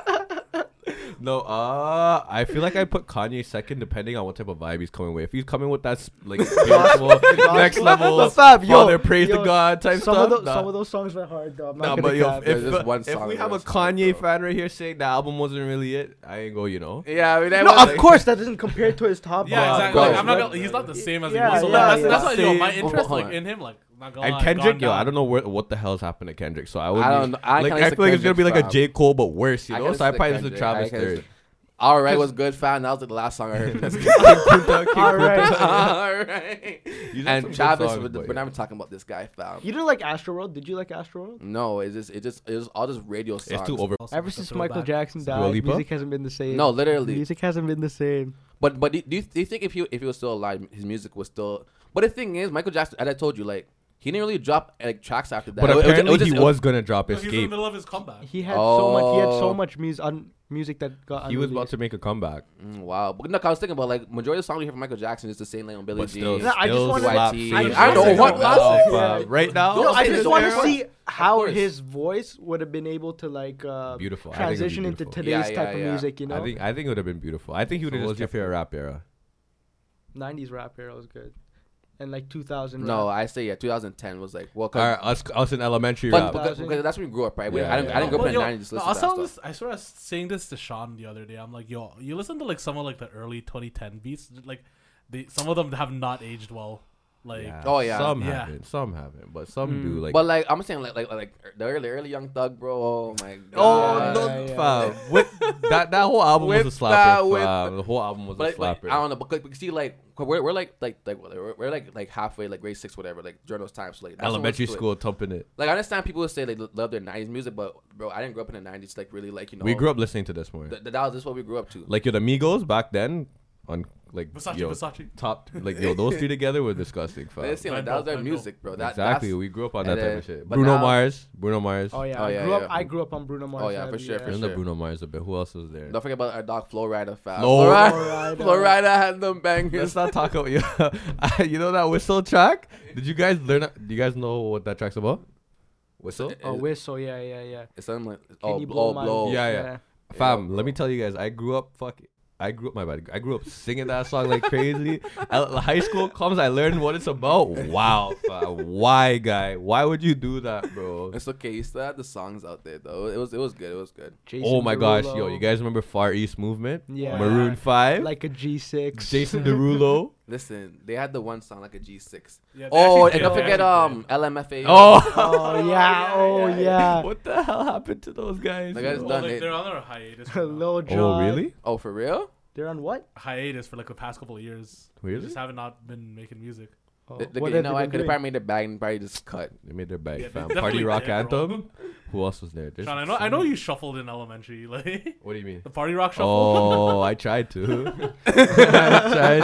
S5: No, uh, I feel like I put Kanye second, depending on what type of vibe he's coming with. If he's coming with that s- like spiritual, next level,
S2: But fam, yo,
S5: Father praise to
S2: yo,
S5: God type
S2: some
S5: stuff.
S2: of those,
S5: nah.
S2: some of those songs were hard though. I'm
S5: Nah,
S2: not
S5: but
S2: gonna
S5: yo,
S2: cap.
S5: if,
S1: There's just one
S5: if
S1: song
S5: we
S1: that
S5: have a
S1: was hard,
S5: Kanye
S1: bro.
S5: fan right here saying the album wasn't really it, I ain't go, you know.
S1: yeah, I mean, that
S2: no,
S1: was
S2: of
S1: like-
S2: course that doesn't compare to his top.
S3: Yeah,
S5: Wow.
S2: album.
S3: exactly. Like,
S5: Bro.
S3: I'm not gonna, he's not the same as
S2: Yeah,
S3: he was. So
S2: yeah,
S3: that's, that's
S2: yeah.
S3: why yo, my
S1: Same.
S3: interest
S1: Hold
S3: like
S1: on.
S3: in him, like not gonna
S5: And
S3: lie, gone
S5: Kendrick, yo, I
S3: down.
S5: don't know where, what the hell's happened to Kendrick. So I would.
S1: I don't- I
S5: like,
S1: kinda
S5: I
S1: listen
S5: feel like it's gonna be like a
S1: Kendrick,
S5: J Cole, but worse, you
S1: I
S5: know.
S1: can
S5: So I
S1: listen to
S5: probably listen
S1: Kendrick.
S5: to Travis
S1: I can listen-
S5: third.
S1: All right, was good, fan. That was the last song I <laughs> heard. from this guy.
S2: All right.
S1: All right.
S5: These are some
S1: And
S5: good
S1: Travis,
S5: songs,
S1: we're,
S5: but
S1: we're
S5: yeah.
S1: not even talking about this guy, fam.
S2: You didn't like Astroworld? Did you like Astroworld?
S1: No, it's just, it just, it's all just radio songs.
S5: It's too over.
S3: Also,
S2: Ever
S3: it's a
S2: since Michael
S3: throwback.
S2: Jackson
S5: Dua
S2: died,
S5: Lipa?
S2: music hasn't been the same.
S1: No, literally.
S2: music hasn't been the same.
S1: But but do do you, do you think if he if he was still alive, his music was still? But the thing is, Michael Jackson, as I told you, like he didn't really drop like tracks after that.
S5: But
S1: It was- it
S5: apparently
S1: just-
S5: he
S1: it
S5: was gonna drop
S3: Yo, He's in the
S5: Escape.
S3: middle of his comeback.
S2: He had so much. He had so
S1: Oh.
S2: much music. Un- music that got.
S5: He was about
S2: unreleased.
S5: to make a comeback.
S1: Mm, wow, but look, I was thinking about like majority of the songs we hear from Michael Jackson is the same, like on Billie
S5: But still,
S1: Jean.
S2: No, I just
S5: still
S2: wanna-
S5: slap
S1: YT.
S5: scenes.
S1: I don't know what
S2: classic.
S5: Uh, Right now,
S3: Oh,
S1: Yo,
S2: No, I
S1: Say
S2: just
S1: the
S2: want to
S1: era.
S2: see how
S1: course.
S2: his voice would have been able to like uh,
S5: Beautiful. I think it'd be
S2: transition into
S5: beautiful.
S2: today's
S1: Yeah,
S2: type
S1: yeah,
S2: of
S1: yeah.
S2: music. You know,
S5: I think I think it would have been beautiful. I think he would have
S1: So
S5: just.
S1: what's
S5: What's your
S1: your
S5: favorite rap era?
S2: '90s rap era was good, and like 2000.
S1: No,
S2: rap.
S1: I say yeah, 2010 was like well,
S5: Or
S1: cause,
S5: us us in elementary
S1: but-
S5: rap.
S1: because, because that's when we grew up, right? We-
S5: Yeah,
S1: I didn't,
S5: yeah.
S1: I didn't grow up in
S3: Well, yo,
S1: the 90s. to
S3: no,
S1: Listen
S3: I
S1: to
S3: saw
S1: that
S3: this-
S1: stuff.
S3: I swear I was saying this to Sean the other day. I'm like, yo, you listen to like some of like the early 2010 beats, like they some of them have not aged well. Like
S5: Yeah,
S1: Oh, yeah.
S5: Some
S3: Yeah.
S5: haven't. Some haven't. But some do. Like.
S1: but like I'm saying, like like like the early early Young Thug, bro. Oh my god.
S5: Oh no,
S2: Yeah,
S1: <laughs>
S2: yeah.
S5: fam. With that that whole album was
S1: With
S5: a slapper.
S1: that, with-
S5: fam. the whole album was
S1: But
S5: a
S1: like, like,
S5: slapper.
S1: I don't know, because, because see, like we're, we're like like like we're, we're like like halfway, like grade six, whatever, like during those times, so, like that's when we're
S5: Elementary
S1: still-
S5: school thumping it.
S1: Like I understand people say they lo- love their '90s music, but bro, I didn't grow up in the '90s. Like really, like you know,
S5: We grew up listening to this more.
S1: Th- th- that was just what we grew up to.
S5: Like yo, the Migos back then on like
S3: Versace,
S5: yo,
S3: Versace.
S5: top like yo, those three together were disgusting. Fam.
S1: But it's, you know,
S3: Red
S1: that was
S3: Bull,
S1: their
S3: Red Bull.
S1: music, bro. That,
S5: exactly,
S1: That's,
S5: we grew up on
S1: and
S5: that type
S1: then-
S5: of shit.
S1: but
S5: Bruno
S1: now-
S5: Mars, Bruno Mars.
S2: Oh yeah,
S1: Oh,
S2: I
S1: yeah,
S2: grew up.
S1: yeah. Oh,
S2: I grew up on Bruno Mars.
S1: yeah, for
S2: heavy,
S1: sure, for
S5: Isn't
S1: sure.
S5: the Bruno Mars a bit? Who else was there?
S1: don't forget about our dog Flo Rida, fam.
S5: No.
S1: Flo Rida,
S2: Flo Rida.
S1: Flo Rida had them
S5: <laughs> Let's
S1: bangers.
S5: not talk about <laughs> you. you know that whistle track? Did you guys learn? Do you guys know what that track's about? Whistle.
S2: Oh whistle, yeah, yeah, yeah.
S1: It's something like
S2: Can
S1: oh
S2: you
S1: blow
S2: blow my-
S1: blow.
S5: Yeah, yeah.
S2: Yeah.
S5: Fam, let me tell you guys, I grew up fuck I grew up my bad. I grew up singing that song like crazy. <laughs> At high school comes, I learned what it's about. Wow, fam. why, guy? Why would you do that, bro?
S1: It's okay. You still had the songs out there though. It was it was good. It was good.
S5: oh my gosh, yo,
S2: Derulo,
S5: you guys remember Far East Movement?
S2: Yeah.
S5: Maroon Five,
S2: like a G6. <laughs>
S5: Jason Derulo.
S1: Listen, they had the one song like a G6.
S3: Yeah, they
S1: oh,
S3: actually
S1: and don't
S3: did.
S1: forget
S3: They actually
S1: um LMFAO.
S5: Oh,
S1: <laughs>
S5: <laughs>
S2: oh yeah, oh <laughs> yeah.
S5: what the hell happened to those guys?
S1: The guys
S5: yo?
S1: done
S3: Well,
S1: it.
S3: like, they're on their hiatus. right now.
S2: Hello,
S5: oh,
S2: John.
S5: really?
S1: Oh, for real?
S2: They're on what?
S3: Hiatus for like the past couple of years. They
S5: Really?
S3: just haven't not been making music.
S2: Oh,
S1: They- they-
S2: what
S1: you
S2: have
S1: know,
S2: they
S1: I
S2: been
S1: could have
S2: doing?
S1: probably made a bag and probably just
S5: <laughs>
S1: cut.
S5: They made their bag,
S3: Yeah, they
S5: fam. Party
S3: definitely
S5: rock
S3: did, bro.
S5: anthem. Who else was there? There's-
S3: Sean, I know, I know you shuffled in elementary, <laughs> like
S5: What do you mean?
S3: the party rock shuffle.
S5: Oh, I tried to. <laughs> I tried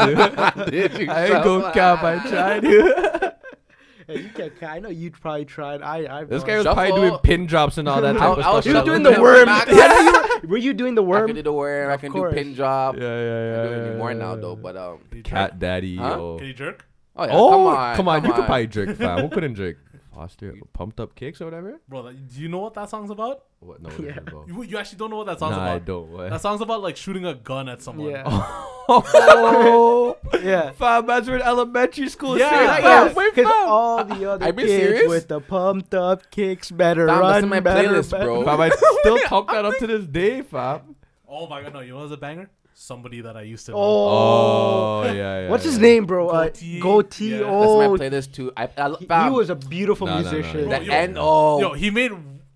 S3: <laughs>
S5: to.
S1: Did you
S5: <laughs> uh, I ain't gonna cap. I tried to.
S2: Hey, you can't. I know you'd probably try it. I. I
S5: <laughs> This guy was
S1: Shuffle.
S5: probably doing pin drops and all that type
S1: I-
S5: of
S1: I was
S5: stuff.
S2: You were doing
S1: Shuffle.
S2: the worm.
S1: Max.
S2: I know you were, were you doing the
S1: I can do
S2: worm?
S1: the worm. I
S2: Of
S1: can
S2: course.
S1: do pin drop.
S5: Yeah, yeah,
S1: I
S5: yeah.
S1: do it
S5: yeah,
S1: anymore
S5: yeah,
S1: now
S5: yeah.
S1: though. But um,
S3: Can you jerk?
S5: Cat daddy,
S1: Huh?
S5: yo.
S3: Can you jerk?
S1: oh yeah,
S5: oh,
S1: come on,
S5: you could probably jerk, fam. Who couldn't jerk? Foster, pumped up kicks or whatever.
S3: Bro, that, do you know what that song's about?
S5: What? No, what is
S2: Yeah.
S5: it about?
S3: You, you actually don't know what that
S5: Nah,
S3: song's
S5: I
S3: about.
S5: don't. What?
S3: That song's about like shooting a gun at someone.
S2: Yeah.
S1: <laughs>
S5: oh,
S2: <laughs>
S5: <laughs>
S2: Yeah.
S5: fam, that's what elementary school.
S3: Yeah,
S5: said,
S2: <laughs>
S3: yeah,
S5: fam,
S2: Because
S5: wait, fam.
S2: all
S5: <laughs>
S2: the other
S1: Are you
S2: kids
S1: serious?
S2: with the pumped up kicks better
S1: Fam, that's
S2: run.
S1: in my
S2: better,
S1: playlist,
S2: better.
S1: bro.
S5: Fam, I still talk that up to this day, fam.
S3: Oh my god, no, you know what's a banger? Somebody that I used to know.
S2: Oh.
S5: Oh, yeah, yeah.
S2: What's his
S5: yeah.
S2: name, bro? Uh,
S3: Goatee.
S2: Goatee.
S3: Yeah. That's
S1: That's
S2: Oh,
S1: my playlist too. I, I
S2: he,
S1: fam,
S2: he was a beautiful
S5: No, no, no,
S2: musician.
S5: no,
S1: the
S3: Yo,
S1: end. Oh,
S3: Yo, he made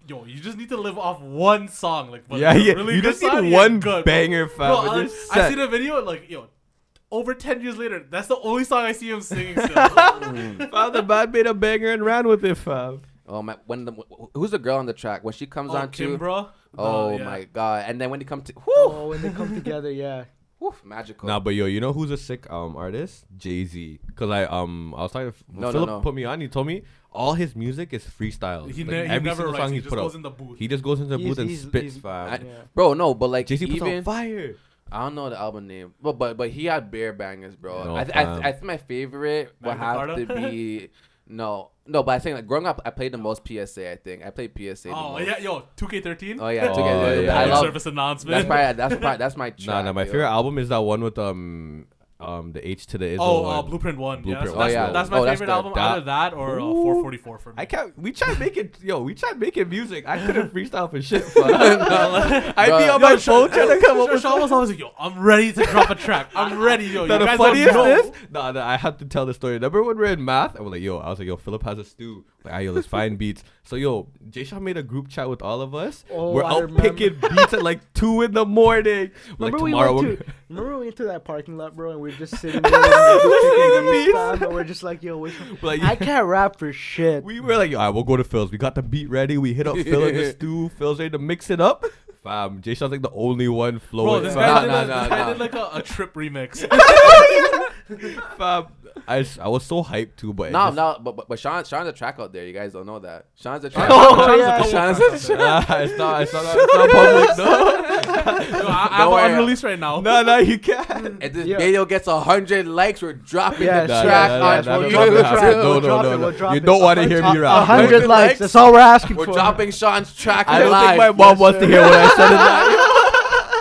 S3: yo, you just need to live off one song. Like but
S5: Yeah,
S3: it's a
S5: yeah.
S3: really
S5: you
S3: good
S5: just
S3: song,
S5: need
S3: yeah,
S5: one
S3: good.
S5: banger, fam.
S3: Bro,
S5: and
S3: I,
S5: you're
S3: I
S5: set.
S3: see the video like yo, over ten years later, that's the only song I see him singing still.
S5: Fam, the band made a banger and ran with it, fam.
S1: oh my. When the who's the girl on the track when she comes
S3: oh,
S1: on too?
S3: Kimbra.
S1: Oh
S3: yeah.
S1: my god! And then when they come to, whew,
S2: Oh, when they come together, yeah.
S1: whew, magical.
S5: Nah, but yo, you know who's a sick um artist? Jay Z. Cause I um I was talking to F-
S1: No, no,
S5: Philip
S1: no.
S5: put me on. He told me all his music is freestyle.
S3: He,
S5: Like,
S3: ne- he
S5: every
S3: never
S5: single
S3: writes.
S5: song
S3: He
S5: he's
S3: just
S5: put
S3: goes
S5: out,
S3: in the booth.
S5: he just goes into the
S2: He's-
S5: booth and
S2: he's-
S5: spits,
S2: he's-
S5: fam.
S1: I-
S2: Yeah.
S1: bro, no, but like
S5: Jay Z puts
S1: even
S5: on fire.
S1: I don't know the album name, but but but he had bear bangers, bro.
S5: No,
S1: I, th- I,
S5: fam.
S1: th- I think my favorite would
S3: Magna
S1: have to
S3: Carta?
S1: be no no. But I think like growing up, I played the most PSA. I think I played PSA.
S3: Oh
S1: the most.
S3: yeah, yo, 2K13.
S1: Oh
S3: <laughs>
S1: yeah,
S5: Oh,
S1: together.
S5: yeah.
S1: I
S5: Public
S1: love
S3: service announcement.
S1: that's probably that's probably that's my
S5: Nah,
S1: track,
S5: nah. My
S1: yo.
S5: favorite album is that one with um um the H to the Izzo.
S3: Oh,
S5: one.
S3: uh, Blueprint One.
S5: Blueprint
S3: yeah, so
S5: One.
S3: that's,
S1: Oh, yeah.
S3: that's my
S1: Oh, that's
S3: favorite
S1: good.
S3: album.
S5: That-
S3: Either that or uh,
S5: Ooh.
S3: 444 for me.
S5: I can't. We
S3: <laughs>
S5: tried making yo. We tried making music. I couldn't freestyle for shit.
S3: <laughs>
S5: fam. <laughs> I'd be
S1: Bruh.
S5: on my phone trying to come up
S3: Sean
S5: with
S3: was always like, yo, I'm ready to drop a track.
S5: <laughs>
S3: I'm ready, yo.
S5: No,
S3: you
S5: the
S3: guys
S5: funniest
S3: don't know.
S5: is, no, no, I had to tell the story. Remember when we were in math? I was like, yo, I was like, yo, Philip has a stew. Like, ah, yo, let's find beats. So, yo, Jay Shaw made a group chat with all of us.
S2: Oh,
S5: we're
S2: I
S5: out
S2: remember.
S5: picking beats at like two in the morning. We're
S2: Remember
S5: like,
S2: we
S5: tomorrow,
S2: went
S5: we're-
S2: to remember we went to that parking lot, bro, and we were just
S5: <laughs>
S2: sitting there, and we were just
S5: Singing
S2: picking
S5: the
S2: these
S5: beats.
S2: songs, and we're just like, yo, which one?
S5: <laughs> we're like,
S2: I can't rap for shit.
S5: we were like, all right, we'll go to Phil's. We got the beat ready. We hit up Phil in the stew. Phil's ready to mix it up. Fam, Jay Shaw's like the only one
S3: Bro,
S5: flowing.
S3: this
S5: fam.
S1: Nah,
S3: guy, did,
S1: nah,
S3: a,
S1: nah,
S3: this guy
S1: nah.
S3: did like a, a trip
S5: <laughs>
S3: remix.
S5: Fam, I, s- I was so hyped too, but it
S1: No,
S5: just-
S1: no, but but, but Sean, Sean's a track out there. You guys don't know that. Sean's a track.
S2: Oh,
S1: Sean's a
S2: yeah.
S1: couple
S3: Sean's-
S1: tracks out there.
S5: Nah, <laughs> it's not, it's not, it's not public. No,
S3: Yo, I, I
S1: Don't
S3: have
S1: worry.
S3: it unreleased right now.
S5: no, no, you can't.
S1: If this
S2: Yeah.
S1: video gets hundred likes, we're dropping
S2: Yes.
S1: the
S2: Nah,
S1: track
S2: nah, nah,
S1: on
S2: nah, nah,
S1: YouTube.
S2: drop it, drop it.
S1: too.
S5: No,
S2: We'll
S5: no,
S2: drop
S5: no,
S2: it, we'll
S5: no.
S2: drop
S5: You
S2: it.
S5: don't want to hear
S2: A-
S5: me
S2: A
S5: rap.
S2: hundred likes. That's all we're asking
S1: We're
S2: for.
S1: dropping Sean's track
S5: I don't
S1: live.
S5: think my mom
S2: Yes,
S5: wants to
S2: sir.
S5: hear what I said in that.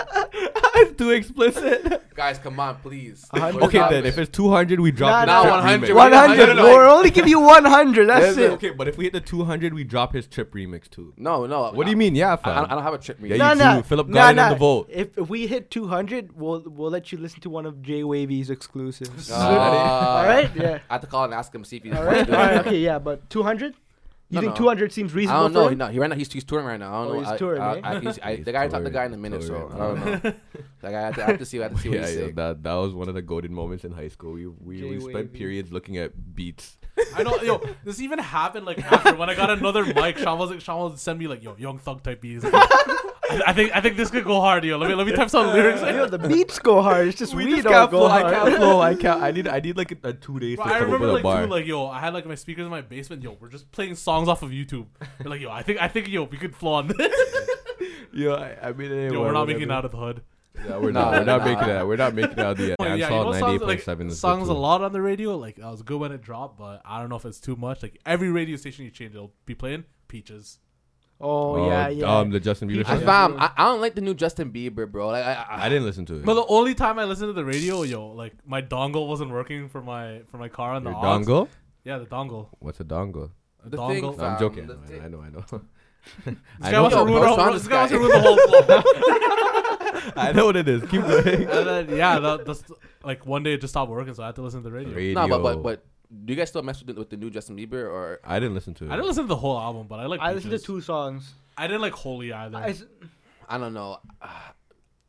S3: <laughs>
S5: <laughs> it's too explicit.
S1: Guys, come on, please.
S2: A hundred
S1: We're
S5: Okay,
S1: dropping
S5: then if it's 200, we drop
S2: Nah,
S5: the
S2: nah,
S5: trip
S1: 100.
S5: remix.
S2: One
S1: No,
S2: hundred.
S1: no, no.
S2: We'll only give you one hundred. That's
S5: Yeah, yeah,
S2: it.
S5: Okay, but if we hit the 200, we drop his trip remix too.
S1: no, no.
S5: What do you mean? Yeah,
S1: I, I
S5: fam.
S1: I don't have a trip meeting.
S5: Yeah, you- do. Philip got it in the vault.
S2: If, if we hit 200, we'll we'll let you listen to one of Jay Wavy's
S5: Ah.
S2: exclusives. all right, yeah.
S1: I have to call and ask him see if he's.
S2: All
S1: wants to
S5: <laughs>
S2: right,
S1: do
S2: all
S1: it.
S2: right, okay, yeah, but 200? You
S1: No,
S2: think
S1: no.
S2: 200 seems
S1: I
S2: reasonable?
S1: don't know.
S2: For him?
S1: No, he right now he's, he's touring right now. I don't
S2: Oh,
S1: know.
S2: he's
S1: I-
S2: touring, eh?
S1: I, I, he's, I,
S5: He's
S1: the guy I talked to the guy in a
S5: touring,
S1: minute, so
S5: touring.
S1: I don't
S2: <laughs>
S1: know. Like I have to, I have to see. I have to see what
S5: yeah,
S1: he's
S5: yeah,
S1: saying.
S5: that that was one of the golden moments in high school. We we, we spent
S2: J-Wavy.
S5: periods looking at beats.
S3: <laughs> I know, yo, this even happened like after when I got another mic. Sean was like, Sean would send me like, yo, Young Thug type beats. <laughs> I, I think I think this could go hard, yo. Let me let me type some lyrics.
S2: Yo, the beats go hard. It's just we, don't go hard.
S5: I can't flow. I can't. I need. I need like a, a two days
S3: Bro,
S5: to
S3: I
S5: come up
S3: remember
S5: with a
S3: like
S5: bar.
S3: dude, like yo, I had like my speakers in my basement. Yo, we're just playing songs off of YouTube. We're like yo, I think I think yo, we could flow on <laughs> this.
S5: Yeah, I, I mean, anyway,
S3: yo, we're not making it
S5: whatever.
S3: out of the hood.
S5: Yeah, we're
S1: Nah,
S5: not. We're not
S1: nah.
S5: making that. We're not making that. The
S3: Well, <laughs>
S5: dance
S3: yeah, you
S5: hall
S3: know, songs, like,
S5: 98.7 is good
S3: songs a
S5: too.
S3: lot on the radio. Like that was good when it dropped, but I don't know if it's too much. Like every radio station you change, it'll be playing Peaches.
S2: Oh, yeah, yeah.
S5: Um, the Justin Bieber.
S2: Peaches.
S1: I
S5: song?
S2: Yeah.
S1: found. I, I don't like the new Justin Bieber, bro. Like I, I,
S5: I didn't listen to it.
S3: But the only time I listened to the radio, yo, like my dongle wasn't working for my for my car on
S5: Your
S3: the aux.
S5: dongle?
S3: Yeah, the dongle.
S5: What's a dongle?
S3: A
S1: The
S3: dongle.
S1: thing-
S5: No, I'm
S1: Um,
S5: joking.
S1: that's
S5: I
S1: it.
S5: know.
S3: <laughs>
S5: I know.
S3: this
S5: I
S3: guy wants
S5: know.
S3: to
S1: yo,
S3: ruin
S1: bro,
S3: our-
S1: Sean,
S3: this
S1: this
S3: guy wants to
S1: guy.
S3: ruin the whole flow.
S5: <laughs> I know what it is. Keep
S3: <laughs>
S5: going. <laughs>
S3: and then yeah, that, that's like one day it just stopped working, so I had to listen to the radio.
S5: Radio.
S1: no, but but but do you guys still mess with the, with the new Justin Bieber or?
S5: I didn't listen to it.
S3: I didn't
S5: <laughs>
S3: listen to the whole album, but I like.
S2: I listened to
S3: Peaches.
S2: two songs.
S3: I didn't like Holy either.
S2: I s-
S1: I don't know. <sighs>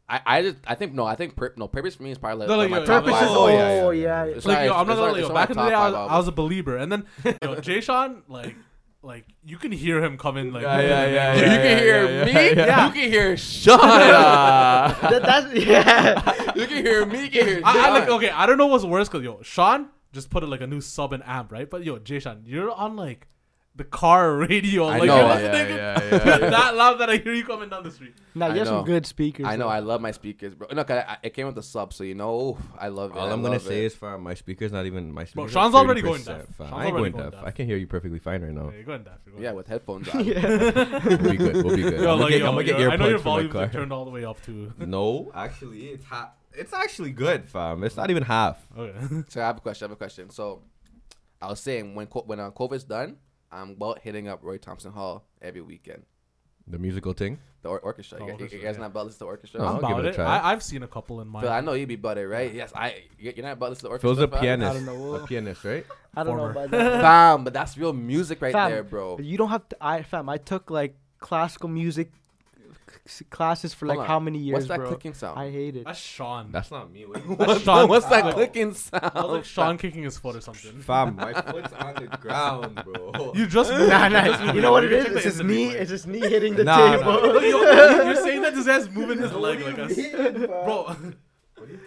S1: I, I just I think no I think pur- no purpose for me is probably like,
S3: No, like,
S1: my
S3: yo,
S1: top
S2: Purpose
S1: five.
S2: is-
S5: Oh,
S2: oh,
S5: yeah, yeah,
S2: yeah.
S5: yeah.
S1: It's
S3: like
S1: not-
S3: yo, I'm not
S1: it's
S3: gonna
S1: not-
S3: lie,
S1: it's
S3: yo,
S1: not my
S3: back in the
S1: top
S3: day, I was,
S1: five
S3: I
S1: albums.
S3: was a believer, and
S5: <laughs>
S3: then yo, Jay Sean, like, like you can hear him coming, like, <laughs>
S5: Yeah, yeah, yeah,
S1: you
S5: yeah,
S1: can hear
S5: yeah,
S1: me.
S5: yeah, yeah.
S1: You can
S5: <laughs>
S1: hear Sean.
S2: That, that's, yeah.
S1: you can hear me. You can hear
S3: I, I, like
S1: Sean.
S3: okay, I don't know what's worse, cause yo, Sean, just put it like a new sub and amp, right? But yo, Jayshan, you're on like the car <laughs> radio.
S1: I
S3: like
S1: know,
S3: you're
S1: yeah,
S3: listening
S5: yeah, yeah,
S3: <laughs>
S5: yeah.
S3: that loud that I hear you coming down the street.
S2: Now
S1: I
S2: you have
S1: know.
S2: some good speakers.
S1: I know.
S2: though.
S1: I love my speakers, bro. Look, I, I, it came with the sub, so you know I love it.
S5: All
S1: I
S5: I'm gonna
S1: love it.
S5: say is, for my speaker's not even my speaker.
S3: Sean's already going deaf. Sean's
S5: I ain't
S3: already
S5: going
S3: going
S5: deaf.
S3: deaf.
S5: I can hear you perfectly fine
S3: <laughs>
S5: right now.
S3: Yeah, you're going deaf. You're going
S1: yeah,
S3: deaf.
S1: with
S2: <laughs>
S1: headphones on.
S5: We'll be good. We'll be good.
S3: Yo,
S5: I'm gonna
S3: like,
S5: get,
S3: yo,
S5: I'm gonna get
S3: yo, I know your
S5: earplugs for my
S3: volume's like,
S5: car.
S3: turned all the way up too.
S5: No, actually, it's ha- It's actually good, fam. It's not even half.
S3: <laughs> Okay.
S1: So I have a question. I have a question. So I was saying when co- when uh, COVID's done, I'm about hitting up Roy Thompson Hall every weekend.
S5: The musical thing.
S1: The or- orchestra.
S3: The
S1: You, guys- you
S3: orchestra,
S1: guys
S3: yeah.
S1: not about to listen to the orchestra?
S5: No,
S3: I'm
S5: I'll give
S3: about
S5: it a
S3: it.
S5: try.
S3: I, I've seen a couple in my.
S1: Phil, I know you'd be buttered, right? Yes, I. you- You're not about to listen to the orchestra.
S5: Phil's a
S1: fam?
S5: pianist.
S2: I don't know.
S5: A
S1: <laughs>
S5: pianist, right?
S2: I don't know
S3: Former.
S2: about that.
S1: Fam, but that's real music right
S2: Fam,
S1: there, bro. <laughs>
S2: You don't have to. I fam. I took like classical music c- classes for
S1: Hold
S2: like
S1: on.
S2: how many years,
S1: What's that
S2: bro?
S1: clicking sound?
S2: <laughs> I hate it.
S3: That's Sean.
S5: That's not me.
S1: <laughs>
S5: What
S3: That's Sean.
S1: What's that
S3: Wow.
S1: clicking sound?
S3: That was like Sean kicking his foot or
S5: <laughs>
S3: something.
S5: Fam, my foot's on the ground, bro.
S3: You <laughs> just moved.
S2: nah,
S3: You just
S2: nah.
S3: moved.
S2: <laughs> You know what
S3: You
S2: it
S3: check
S2: is?
S3: the
S2: It's his
S3: Instagram
S2: knee.
S3: play.
S2: It's his knee hitting the
S5: Nah,
S2: table.
S5: nah.
S3: Yo, <laughs> you're saying that this guy's moving his leg like us, <laughs> bro.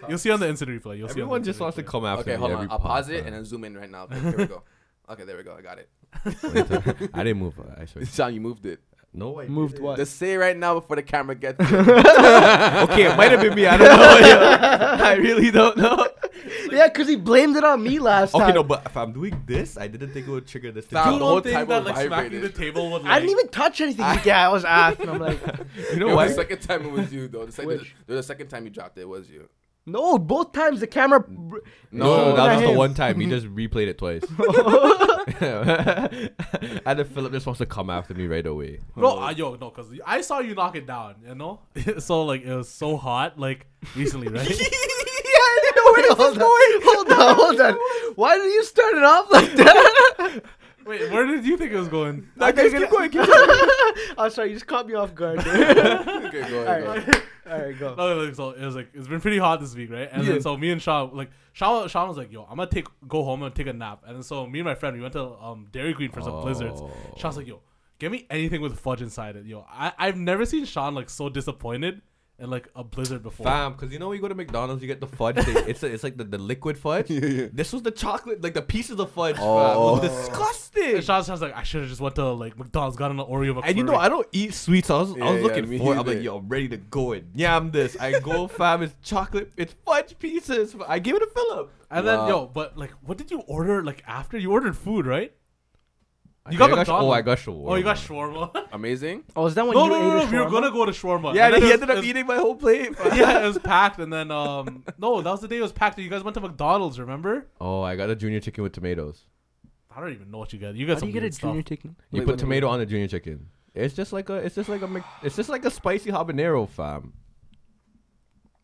S3: You'll see on the instant replay. You'll see. on
S5: Everyone
S3: the
S5: just
S3: instant
S5: wants to
S3: replay.
S5: come after
S1: Okay,
S5: me
S1: hold
S5: every
S1: on. I'll pause it
S5: podcast.
S1: and then zoom in right now. Here we go. Okay, there we go. I got it.
S5: <laughs> Wait, I didn't move. I swear.
S1: Sean, you moved it.
S5: No, I
S2: <laughs> Moved what?
S1: Just say it right now before the camera gets.
S5: <laughs> okay, it might have been me. I don't <laughs> know. yo. I really don't know.
S2: yeah, cause he blamed it on me last
S5: Okay,
S2: time.
S5: no, but if I'm doing this, I didn't think it would trigger this.
S1: Fam,
S5: thing.
S3: You
S1: The whole
S3: don't
S1: table
S3: think that like smacking
S1: vibrated.
S3: the table would like?
S2: <laughs> I didn't even touch anything. He's like, yeah, I was ass, and I'm like,
S5: You
S1: Yo,
S5: know why?
S1: The second time it was you though. The second,
S2: Which?
S1: the, second time you dropped it, it was you.
S2: no. Both times the <laughs> camera. br-
S5: No, no, no, that was just the
S2: him.
S5: one time. He just replayed it <laughs> twice. and then Philip just wants to come after me right away.
S3: <laughs> Bro, uh, yo, no, cause I saw you knock it down, you know. <laughs> so like it was so hot, like recently, right?
S2: <laughs> Wait, hold on. Hold on, hold <laughs> on. Why did you start it off like that?
S3: Wait, where did you think it was going?
S2: <laughs> I think it- I'm Oh, sorry, you just caught me off guard. <laughs> dude.
S1: Okay, go ahead. Go
S2: Alright,
S1: ahead.
S2: alright, go.
S3: No, like, so it was like it's been pretty hot this week, right? And
S5: Yeah.
S3: then so me and Sean, like Sean, Sean was like, "Yo, I'm gonna take go home and take a nap." And then so me and my friend, we went to um Dairy Queen for some blizzards.
S5: Oh.
S3: Sean's like, "Yo, give me anything with fudge inside it." Yo, I I've never seen Sean like so disappointed in like a blizzard before.
S5: Fam, because you know when you go to McDonald's, you get the fudge. <laughs> Thing. It's a, it's like the, the liquid fudge. This was the chocolate, like the pieces of fudge.
S1: Oh.
S5: Fam. It was disgusting.
S3: And Sean, Sean's like, "I should have just went to like McDonald's, got an Oreo."
S5: And you know,
S3: McFlurry."
S5: I don't eat sweets. I was,
S1: Yeah,
S5: I was
S1: yeah,
S5: looking
S1: me
S5: for it. I'm
S1: either.
S5: like, yo, I'm ready to go and yam this. I
S1: <laughs>
S5: go, fam, it's chocolate, it's fudge pieces. I give it to Philip.
S3: And
S1: Wow.
S3: then yo, but like, what did you order? Like after you ordered food, right? You
S5: I got- oh, I got shawarma.
S3: Oh, you got shawarma. <laughs>
S1: Amazing.
S2: Oh, is that when
S3: no,
S2: you
S3: no, no,
S2: ate
S3: no.
S2: a
S3: We were
S2: shawarma?
S3: gonna go to shawarma.
S5: <laughs> Yeah,
S3: And then
S5: he
S3: it was-
S5: ended
S3: it
S5: up
S3: was-
S5: eating my whole
S1: <laughs>
S5: plate.
S3: <laughs>
S5: fam.
S3: Yeah, it was packed, and then um, no, that was the day it was packed. You guys went to McDonald's, remember?
S5: Oh, I got a junior chicken with tomatoes.
S3: I don't even know what you got. You got
S2: How do
S3: some
S2: you get a
S3: weird stuff.
S2: junior chicken?
S5: You
S1: Wait,
S5: put
S1: wait,
S5: tomato on the junior chicken. It's just like a, it's just like a, mc- it's just like a spicy habanero, fam.
S1: <laughs>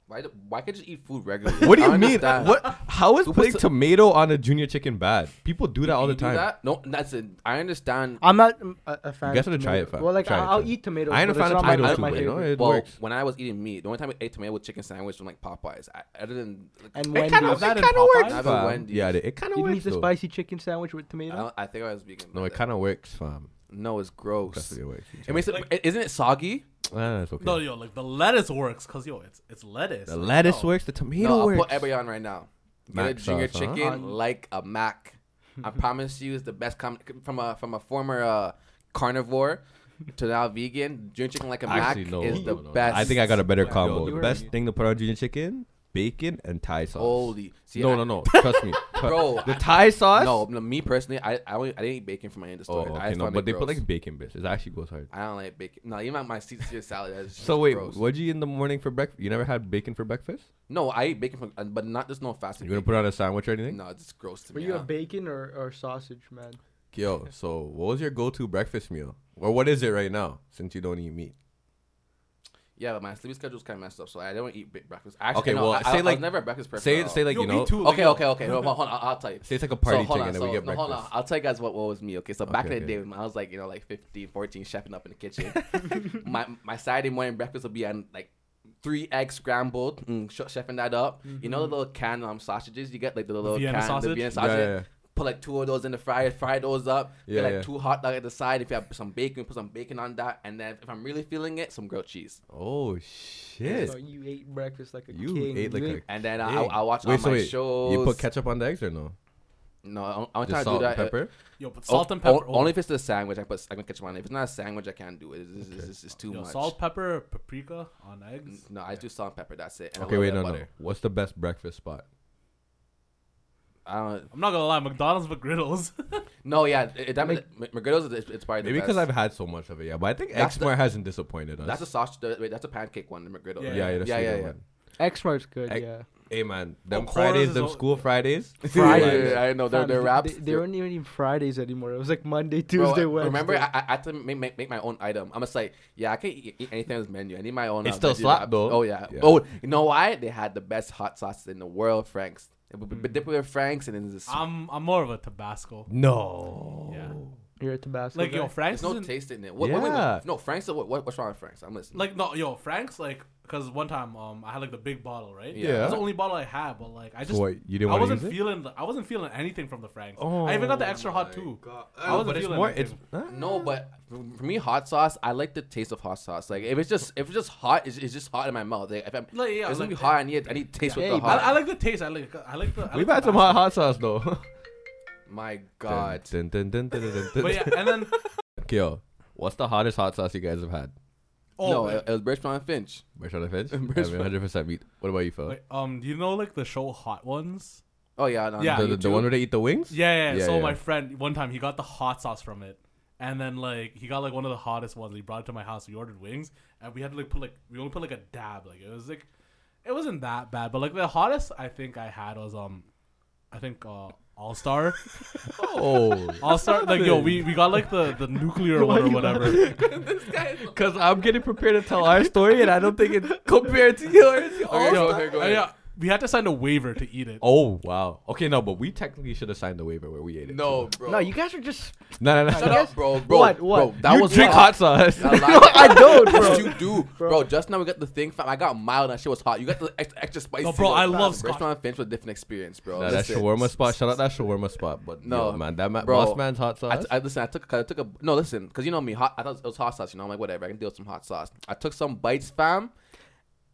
S1: Why? do- Why can't you eat food regularly?
S5: What do
S1: I
S5: you mean?
S1: understand.
S5: What? How is
S1: Who puts
S5: putting
S1: the-
S5: tomato on a junior chicken bad? People do that all the
S1: You do
S5: time.
S1: that? No, that's it. I understand.
S2: I'm not um, a, a fan.
S5: guys
S2: of
S5: gotta try
S2: tomato.
S5: it, fam.
S2: Well, like
S5: Try it,
S2: I- I'll
S5: try it.
S2: eat tomatoes.
S5: I ain't a
S2: but
S5: fan
S2: it's
S5: of
S2: not my-
S5: tomatoes
S2: not my
S5: too, you know?
S2: favorite.
S5: It
S1: well,
S5: works.
S1: when I was eating meat, the only time I ate tomato was chicken sandwich from like Popeyes. I, other than, like,
S2: And
S5: It kind
S2: Wendy's.
S5: of,
S3: Is that
S5: it
S3: in
S5: kind of works,
S1: Popeyes? I have a
S5: fam.
S1: Wendy's.
S5: Yeah, it, it kind of
S2: You
S5: works.
S2: need the
S5: though.
S2: spicy chicken sandwich with
S1: I,
S2: tomato.
S1: don't, I think I was vegan.
S5: No, it kind of works, fam.
S1: of. No, it's gross.
S5: Definitely works.
S1: It makes it.
S3: Like-
S1: isn't it soggy?
S5: Ah, that's okay.
S3: No, yo, like the lettuce works, cause yo, it's it's lettuce.
S5: the
S3: Like,
S5: lettuce
S3: no.
S5: works. The tomato
S1: no,
S5: works.
S1: I'll put everybody on right now. Get a
S5: Mac
S1: junior
S5: sauce, huh?
S1: chicken
S2: On-
S1: like a mac.
S2: <laughs>
S1: I promise you, it's the best com- from a from a former uh, carnivore to now vegan. Junior chicken like a
S5: Actually,
S1: mac
S5: no,
S1: is
S5: no,
S1: the
S5: no, no.
S1: best.
S5: I think I got a better combo.
S2: you
S5: the
S2: were-
S5: best thing to put on junior chicken: bacon and Thai sauce.
S1: holy. See,
S5: no,
S1: I-
S5: no, no.
S1: <laughs>
S5: Trust me, Tru-
S1: Bro,
S5: The
S1: I-
S5: Thai sauce.
S1: No, no, me personally, I I, only, I didn't eat bacon for my end of
S5: Oh,
S1: story. I
S5: okay,
S1: just
S5: no.
S1: found
S5: But
S1: it
S5: they put
S1: gross.
S5: like bacon bits. It actually goes hard.
S1: I don't like bacon. No, even my Caesar salad.
S5: <laughs>
S1: That's just
S5: So wait,
S1: gross.
S5: what'd you eat in the morning for breakfast? You never had bacon for breakfast?
S1: No, I eat bacon, from, uh, but not just no fast
S5: You
S1: food.
S5: gonna
S1: bacon.
S5: put on a sandwich or anything?
S1: No, it's gross to
S2: Were
S1: me.
S2: you a
S1: huh?
S2: bacon or, or sausage man?
S5: Yo, so what was your go-to breakfast meal, or what is it right now since you don't eat meat?
S1: yeah, but my sleep schedule's kind of messed up, so I don't eat big breakfast. Actually,
S5: Okay,
S1: no,
S5: well,
S1: I,
S5: say
S1: I, I was
S5: like-
S1: never a breakfast person.
S5: Say
S1: at all.
S5: say like
S3: Yo,
S5: you
S3: me
S5: know.
S3: too.
S1: Okay,
S3: Yo.
S1: okay, okay. Hold on, hold on, I'll, I'll tell you.
S5: Say it's like a party
S1: hold
S5: thing,
S1: on,
S5: and then we
S1: so-
S5: get
S1: no,
S5: breakfast.
S1: Hold on, I'll tell you guys what, what was me. Okay, so back
S5: Okay,
S1: in the
S5: okay.
S1: day when I was like, you know, like 15, 14, chefing up in the kitchen, <laughs> my my Saturday morning breakfast would be on like three eggs scrambled, mm, sh- chefing that up. You know
S5: Mm-hmm.
S1: the little can um sausages you get, like the little
S3: Vienna
S1: can, the
S3: sausage?
S1: Vienna
S5: Yeah,
S1: sausage.
S5: yeah, yeah.
S1: Put like two of those in the fryer, fry those up.
S5: Yeah,
S1: get like
S5: yeah.
S1: two hot dog at the side. If you have some bacon, put some bacon on that, and then if I'm really feeling it, some grilled cheese.
S5: Oh shit!
S2: So you ate breakfast like a
S5: You
S2: king.
S5: ate like a
S1: And then I
S5: Dang.
S1: I, I watch all
S5: Wait,
S1: my
S5: so wait,
S1: shows.
S5: You put ketchup on the eggs or no?
S1: No, I- I want
S5: Just
S1: to do
S5: salt
S1: that.
S5: and
S1: uh,
S5: pepper.
S3: Yo, but
S5: oh,
S1: o-
S3: salt and pepper. oh,
S1: o- only if it's the sandwich, I put I can ketchup on it. If it's not a sandwich, I can't do it. It's, it's, it's, it's, it's too
S3: Yo,
S1: much.
S3: salt, pepper, paprika on eggs.
S1: No, I do salt and pepper. That's it. And a
S5: Okay,
S1: little
S5: wait,
S1: bit
S5: no,
S1: of
S5: no.
S1: butter.
S5: What's the best breakfast spot?
S1: I don't.
S3: I'm not gonna lie, McDonald's McGriddles.
S1: No, yeah, it, that Mc- Mc- McGriddles is it's probably the
S5: Maybe
S1: best.
S5: because I've had so much of it, yeah. But I think
S1: That's the-
S5: Exmar hasn't disappointed us.
S1: that's a sausage. The, wait, that's a pancake one. The McGriddle.
S3: Yeah,
S1: right?
S5: yeah, yeah, that's
S1: yeah,
S5: the
S1: yeah,
S5: good
S1: yeah.
S5: one.
S2: X Mark's good.
S5: Ex-
S2: yeah.
S5: Hey man, them
S3: course
S5: Fridays,
S3: it's
S5: them
S3: all- <laughs>
S5: school Fridays.
S1: Friday, I know they're
S2: Fam,
S1: they're
S2: they-
S1: wraps.
S2: They, they weren't even even Fridays anymore. It was like Monday,
S1: Bro,
S2: Tuesday, Wednesday.
S1: Remember, I, I I had to make, make, make my own item. I'm just like, yeah, I can't eat, eat anything on this menu. I need my own.
S5: It's
S1: uh,
S5: still
S1: veggie
S5: slap,
S1: wraps.
S5: though.
S1: Oh yeah.
S5: Yeah.
S1: Oh, you know why? They had the best hot sauces in the world, Frank's. It would be dipped with Frank's, and then this.
S3: <laughs> I'm I'm more of a Tabasco.
S5: No.
S3: Yeah.
S2: You're at Tabasco.
S3: Like yo,
S2: guy.
S3: Frank's
S1: There's no
S3: isn't-
S1: taste in it. What, wait, wait, wait.
S5: Yeah.
S1: No, Frank's. What, what, what's wrong with Frank's? I'm listening.
S3: like no yo Frank's like because one time um I had like the big bottle right
S1: Yeah.
S3: that's the only bottle I had but like I just
S5: what, you didn't
S3: I
S5: wanna
S3: wasn't
S5: use it? Oh
S3: feeling I wasn't feeling anything from the Frank's I even got the extra hot too I wasn't
S5: but it's
S3: feeling
S5: more. It's
S3: anything.
S5: huh?
S1: No, but for me, hot sauce. I like the taste of hot sauce. Like if it's just if it's just hot, it's, it's just hot in my mouth. Like if I'm,
S3: Like, yeah,
S1: if it's gonna
S3: like-
S1: be hot. I need I need taste
S2: Yeah,
S1: with the
S2: hey,
S3: I,
S1: hot.
S3: I like the taste I like I like the I
S5: We've
S3: like
S5: had
S3: the
S5: some hot hot sauce though.
S1: my <laughs> God,
S5: Dun, dun, dun, dun, dun, dun, dun.
S3: but yeah and then
S5: Okay, <laughs> Yo, what's the hottest hot sauce you guys have had?
S3: oh
S1: no,
S3: wait,
S1: it, it was Birch Brown Finch.
S5: Marshall
S1: <laughs>
S5: Finch?
S1: Marshall.
S5: 100% meat. What about you, fella?
S3: wait, um do you know like the show Hot Ones
S1: Oh yeah, no,
S3: Yeah.
S5: The, the, the one where
S1: with
S5: they eat the wings?
S3: yeah, yeah,
S5: Yeah,
S3: so
S5: yeah.
S3: my friend one time he got the hot sauce from it and then like he got like one of the hottest ones he brought it to my house we ordered wings and we had to like put like we only put like a dab like it was like it wasn't that bad but like the hottest I think I had was um I think uh All Star <laughs>
S5: Oh.
S3: All Star like yo we, we got like the the nuclear one or whatever
S5: Because I'm getting prepared to tell our story and I don't think it's compared to yours.
S1: <laughs> Okay,
S5: Oh,
S1: yo, okay, go
S3: Uh,
S1: ahead.
S3: yeah we had to sign a waiver to eat it
S5: Oh, wow. Okay, no, but we technically should have signed the waiver where we ate it.
S1: No, bro.
S2: no, you guys are just.
S5: No, no, no.
S1: shut up, bro, bro.
S2: What, what?
S1: Bro, that
S5: <laughs> you
S1: was
S5: drink hot sauce. <laughs>
S1: I lied.
S2: I don't,
S1: Yes,
S2: bro.
S1: you do, bro. Just now we got the thing. Fam, I got mild and that shit was hot. You got the extra, extra spicy.
S3: No, bro, I love
S1: Birch
S3: Scotch-
S1: Brown Finch was a different experience, bro.
S5: Nah, that
S1: Listen.
S5: shawarma spot. Shout out that shawarma spot. But
S1: No,
S5: no, man, that ma-
S1: bro.
S5: boss man's hot
S1: I,
S5: sauce.
S1: t- I listen. I took. 'cause I took a no. Listen, because you know me. Hot. I thought it was hot sauce. You know, I'm like whatever. I can deal with some hot sauce. I took some bites, fam,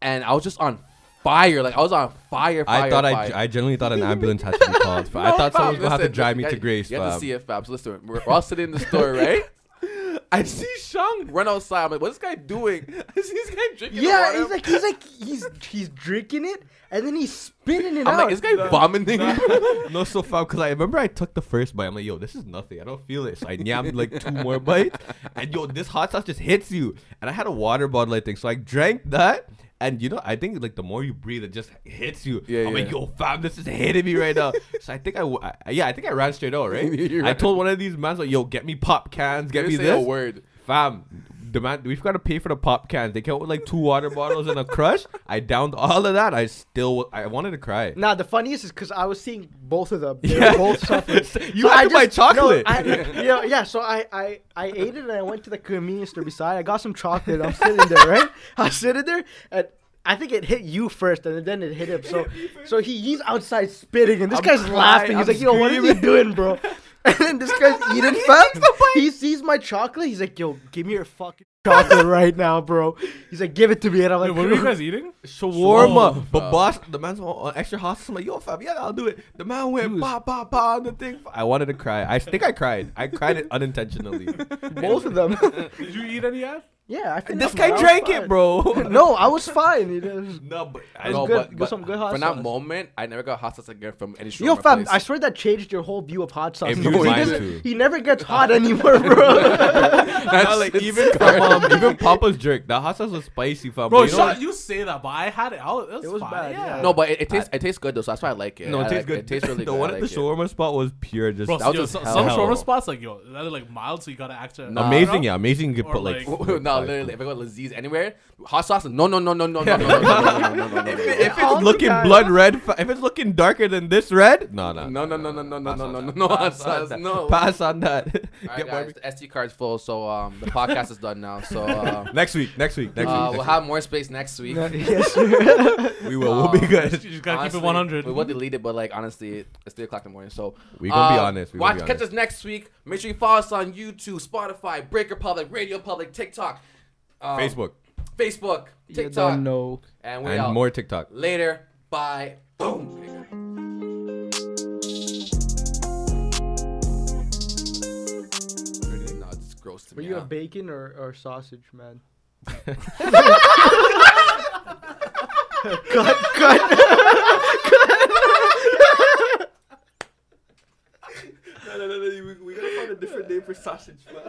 S1: and I was just on fire. Like I was on fire. fire
S5: I thought
S1: fire.
S5: I, I generally
S1: <laughs>
S5: thought an ambulance had to be called. But I thought someone was gonna have to
S1: Listen,
S5: drive me
S1: you
S5: to
S1: got-
S5: Grace.
S1: You have to
S5: fam.
S1: see it, fam. So listen, we're we're all sitting in the store, right? <laughs> I see Shang run outside. I'm like, what's this guy
S5: <laughs>
S1: doing? <laughs> I see this guy drinking. the water.
S2: Yeah, he's like he's like he's he's drinking it and then he's spitting it
S1: I'm
S2: out.
S1: like, is this guy vomiting? <laughs>
S5: no, so far because I remember I took the first bite. I'm like, yo, this is nothing. I don't feel it. So I yammed like two more bites, and yo, this hot sauce just hits you. And I had a water bottle, I think, so I drank that. And you know, I think like the more you breathe, it just hits you.
S1: Yeah,
S5: I'm like,
S1: yeah.
S5: yo, fam, this is hitting me
S1: <laughs>
S5: right now. so I think I, w- I- yeah, I think I ran straight out, right?
S1: You
S5: I
S1: ran.
S5: told one of these mans like, yo, get me pop cans, get
S1: You
S5: me
S1: say a
S5: this.
S1: word.
S5: Fam, the man, we've got to pay for the pop cans. They came out with like two water bottles and a crush. I downed all of that. I still, I wanted to cry.
S2: Nah, the funniest is because I was seeing both of them. They
S5: Yeah.
S2: were both
S1: <laughs>
S2: suffering.
S5: <laughs> You had to buy chocolate.
S3: <laughs>
S2: No,
S5: <laughs>
S2: I, like, you know, yeah, so I, I, I ate it and I went to the convenience store beside. I got some chocolate. I'm sitting there, right? I'm sitting there and. I think it hit you first, and then it hit him.
S5: <laughs>
S2: So, so he, he's outside spitting, and this
S5: I'm
S2: guy's
S5: crying,
S2: laughing. He's
S5: I'm
S2: like, "Yo, what are you doing,
S3: <laughs>
S2: bro?" <laughs> And then this
S5: <laughs>
S2: guy's eating fast. He sees my chocolate. He's like, "Yo, give me your fucking
S3: <laughs>
S2: chocolate right now, bro." He's like, "Give it to me," and I'm
S3: Wait,
S2: like,
S3: what
S2: <laughs>
S3: were you guys eating
S5: Shawarma.
S1: Shawarma.
S5: But boss, the man's on on extra hot sauce. I'm like, yo, fam, yeah, I'll do it. The man went pop, pop, pop on the thing. I wanted to cry. I think I cried. I <laughs> cried it unintentionally.
S2: both of them. <laughs>
S3: <laughs> did you eat any yet
S2: yeah, I think
S5: this
S2: that's- I
S5: guy
S2: was
S5: drank
S2: fine.
S5: it, <laughs> bro.
S2: no, I was fine. you know.
S5: no, but I,
S1: I know,
S2: good-
S1: but,
S2: good-
S1: but
S2: some good hot
S1: from
S2: sauce.
S1: that moment, I never got hot sauce again from any shawarma
S2: Yo, fam,
S1: place.
S2: I swear that changed your whole view of hot sauce.
S5: It
S2: He
S5: blew
S1: mine
S2: doesn't-
S5: too.
S2: he never gets hot anymore, bro.
S5: <laughs>
S1: That's-
S5: like, even from, um, even Papa's jerk, the hot sauce was spicy,
S3: bro
S5: fam. but you know
S3: shut-
S5: what?
S3: you say that but I had it I was, it was,
S2: It was
S3: fine,
S2: bad,
S3: yeah.
S2: yeah.
S1: no, but it, it tastes it tastes good though, so that's why I like it.
S5: <laughs> no,
S1: I
S5: it tastes
S1: like
S5: good.
S1: It tastes really
S5: the
S1: good.
S5: one
S1: I
S5: at
S1: like
S5: the
S1: it.
S5: shawarma spot was pure, just
S3: Bro,
S1: That was
S3: yo,
S1: just
S3: so,
S1: hell.
S3: some
S5: Hell.
S3: shawarma spots like yo, they're like mild, so you gotta extra.
S1: Nah.
S5: amazing. Yeah, amazing. You could
S3: Or
S5: put like,
S3: like-
S1: <laughs>
S5: four,
S1: no,
S5: five.
S1: literally, if I go to Laziz anywhere, hot sauce. No, no, no, no, no, no, no, no, no, no, no, no, no,
S5: If,
S1: no.
S5: it- if
S2: All
S5: it's
S2: the
S5: looking
S2: time.
S5: blood red, fa- if it's looking darker than this red, no, no,
S1: No, no, no, no, no, no, no, no, no, no, hot sauce, no. All
S5: Pass on that.
S1: right,
S5: Get
S1: guys, the SD card's full, so um, the podcast is done now. So um,
S5: Next week, next week, next
S1: uh,
S5: week.
S1: we'll have more space next week.
S2: <laughs> yes, sir.
S5: we will. we'll be
S1: <laughs> uh,
S3: <laughs>
S5: good.
S3: You just gotta
S1: Honestly,
S3: keep it 100.
S1: We will delete it, but like honestly, it's three o'clock in the morning. So
S5: We gonna be
S1: uh,
S5: honest, we gonna
S1: watch,
S5: be
S1: catch us next week. Make sure you follow us on YouTube, Spotify, Breaker Public, Radio Public, TikTok, um,
S5: Facebook
S1: Facebook,
S2: you
S1: TikTok,
S2: don't know.
S1: and we
S5: and
S1: out.
S5: more TikTok.
S1: Later. Bye. Boom. to
S2: Were
S1: me.
S2: you a
S1: huh?
S2: bacon or, or sausage man? cut, cut. <laughs>
S1: No, no, no, no. We, we gotta find a different name for sausage. Man.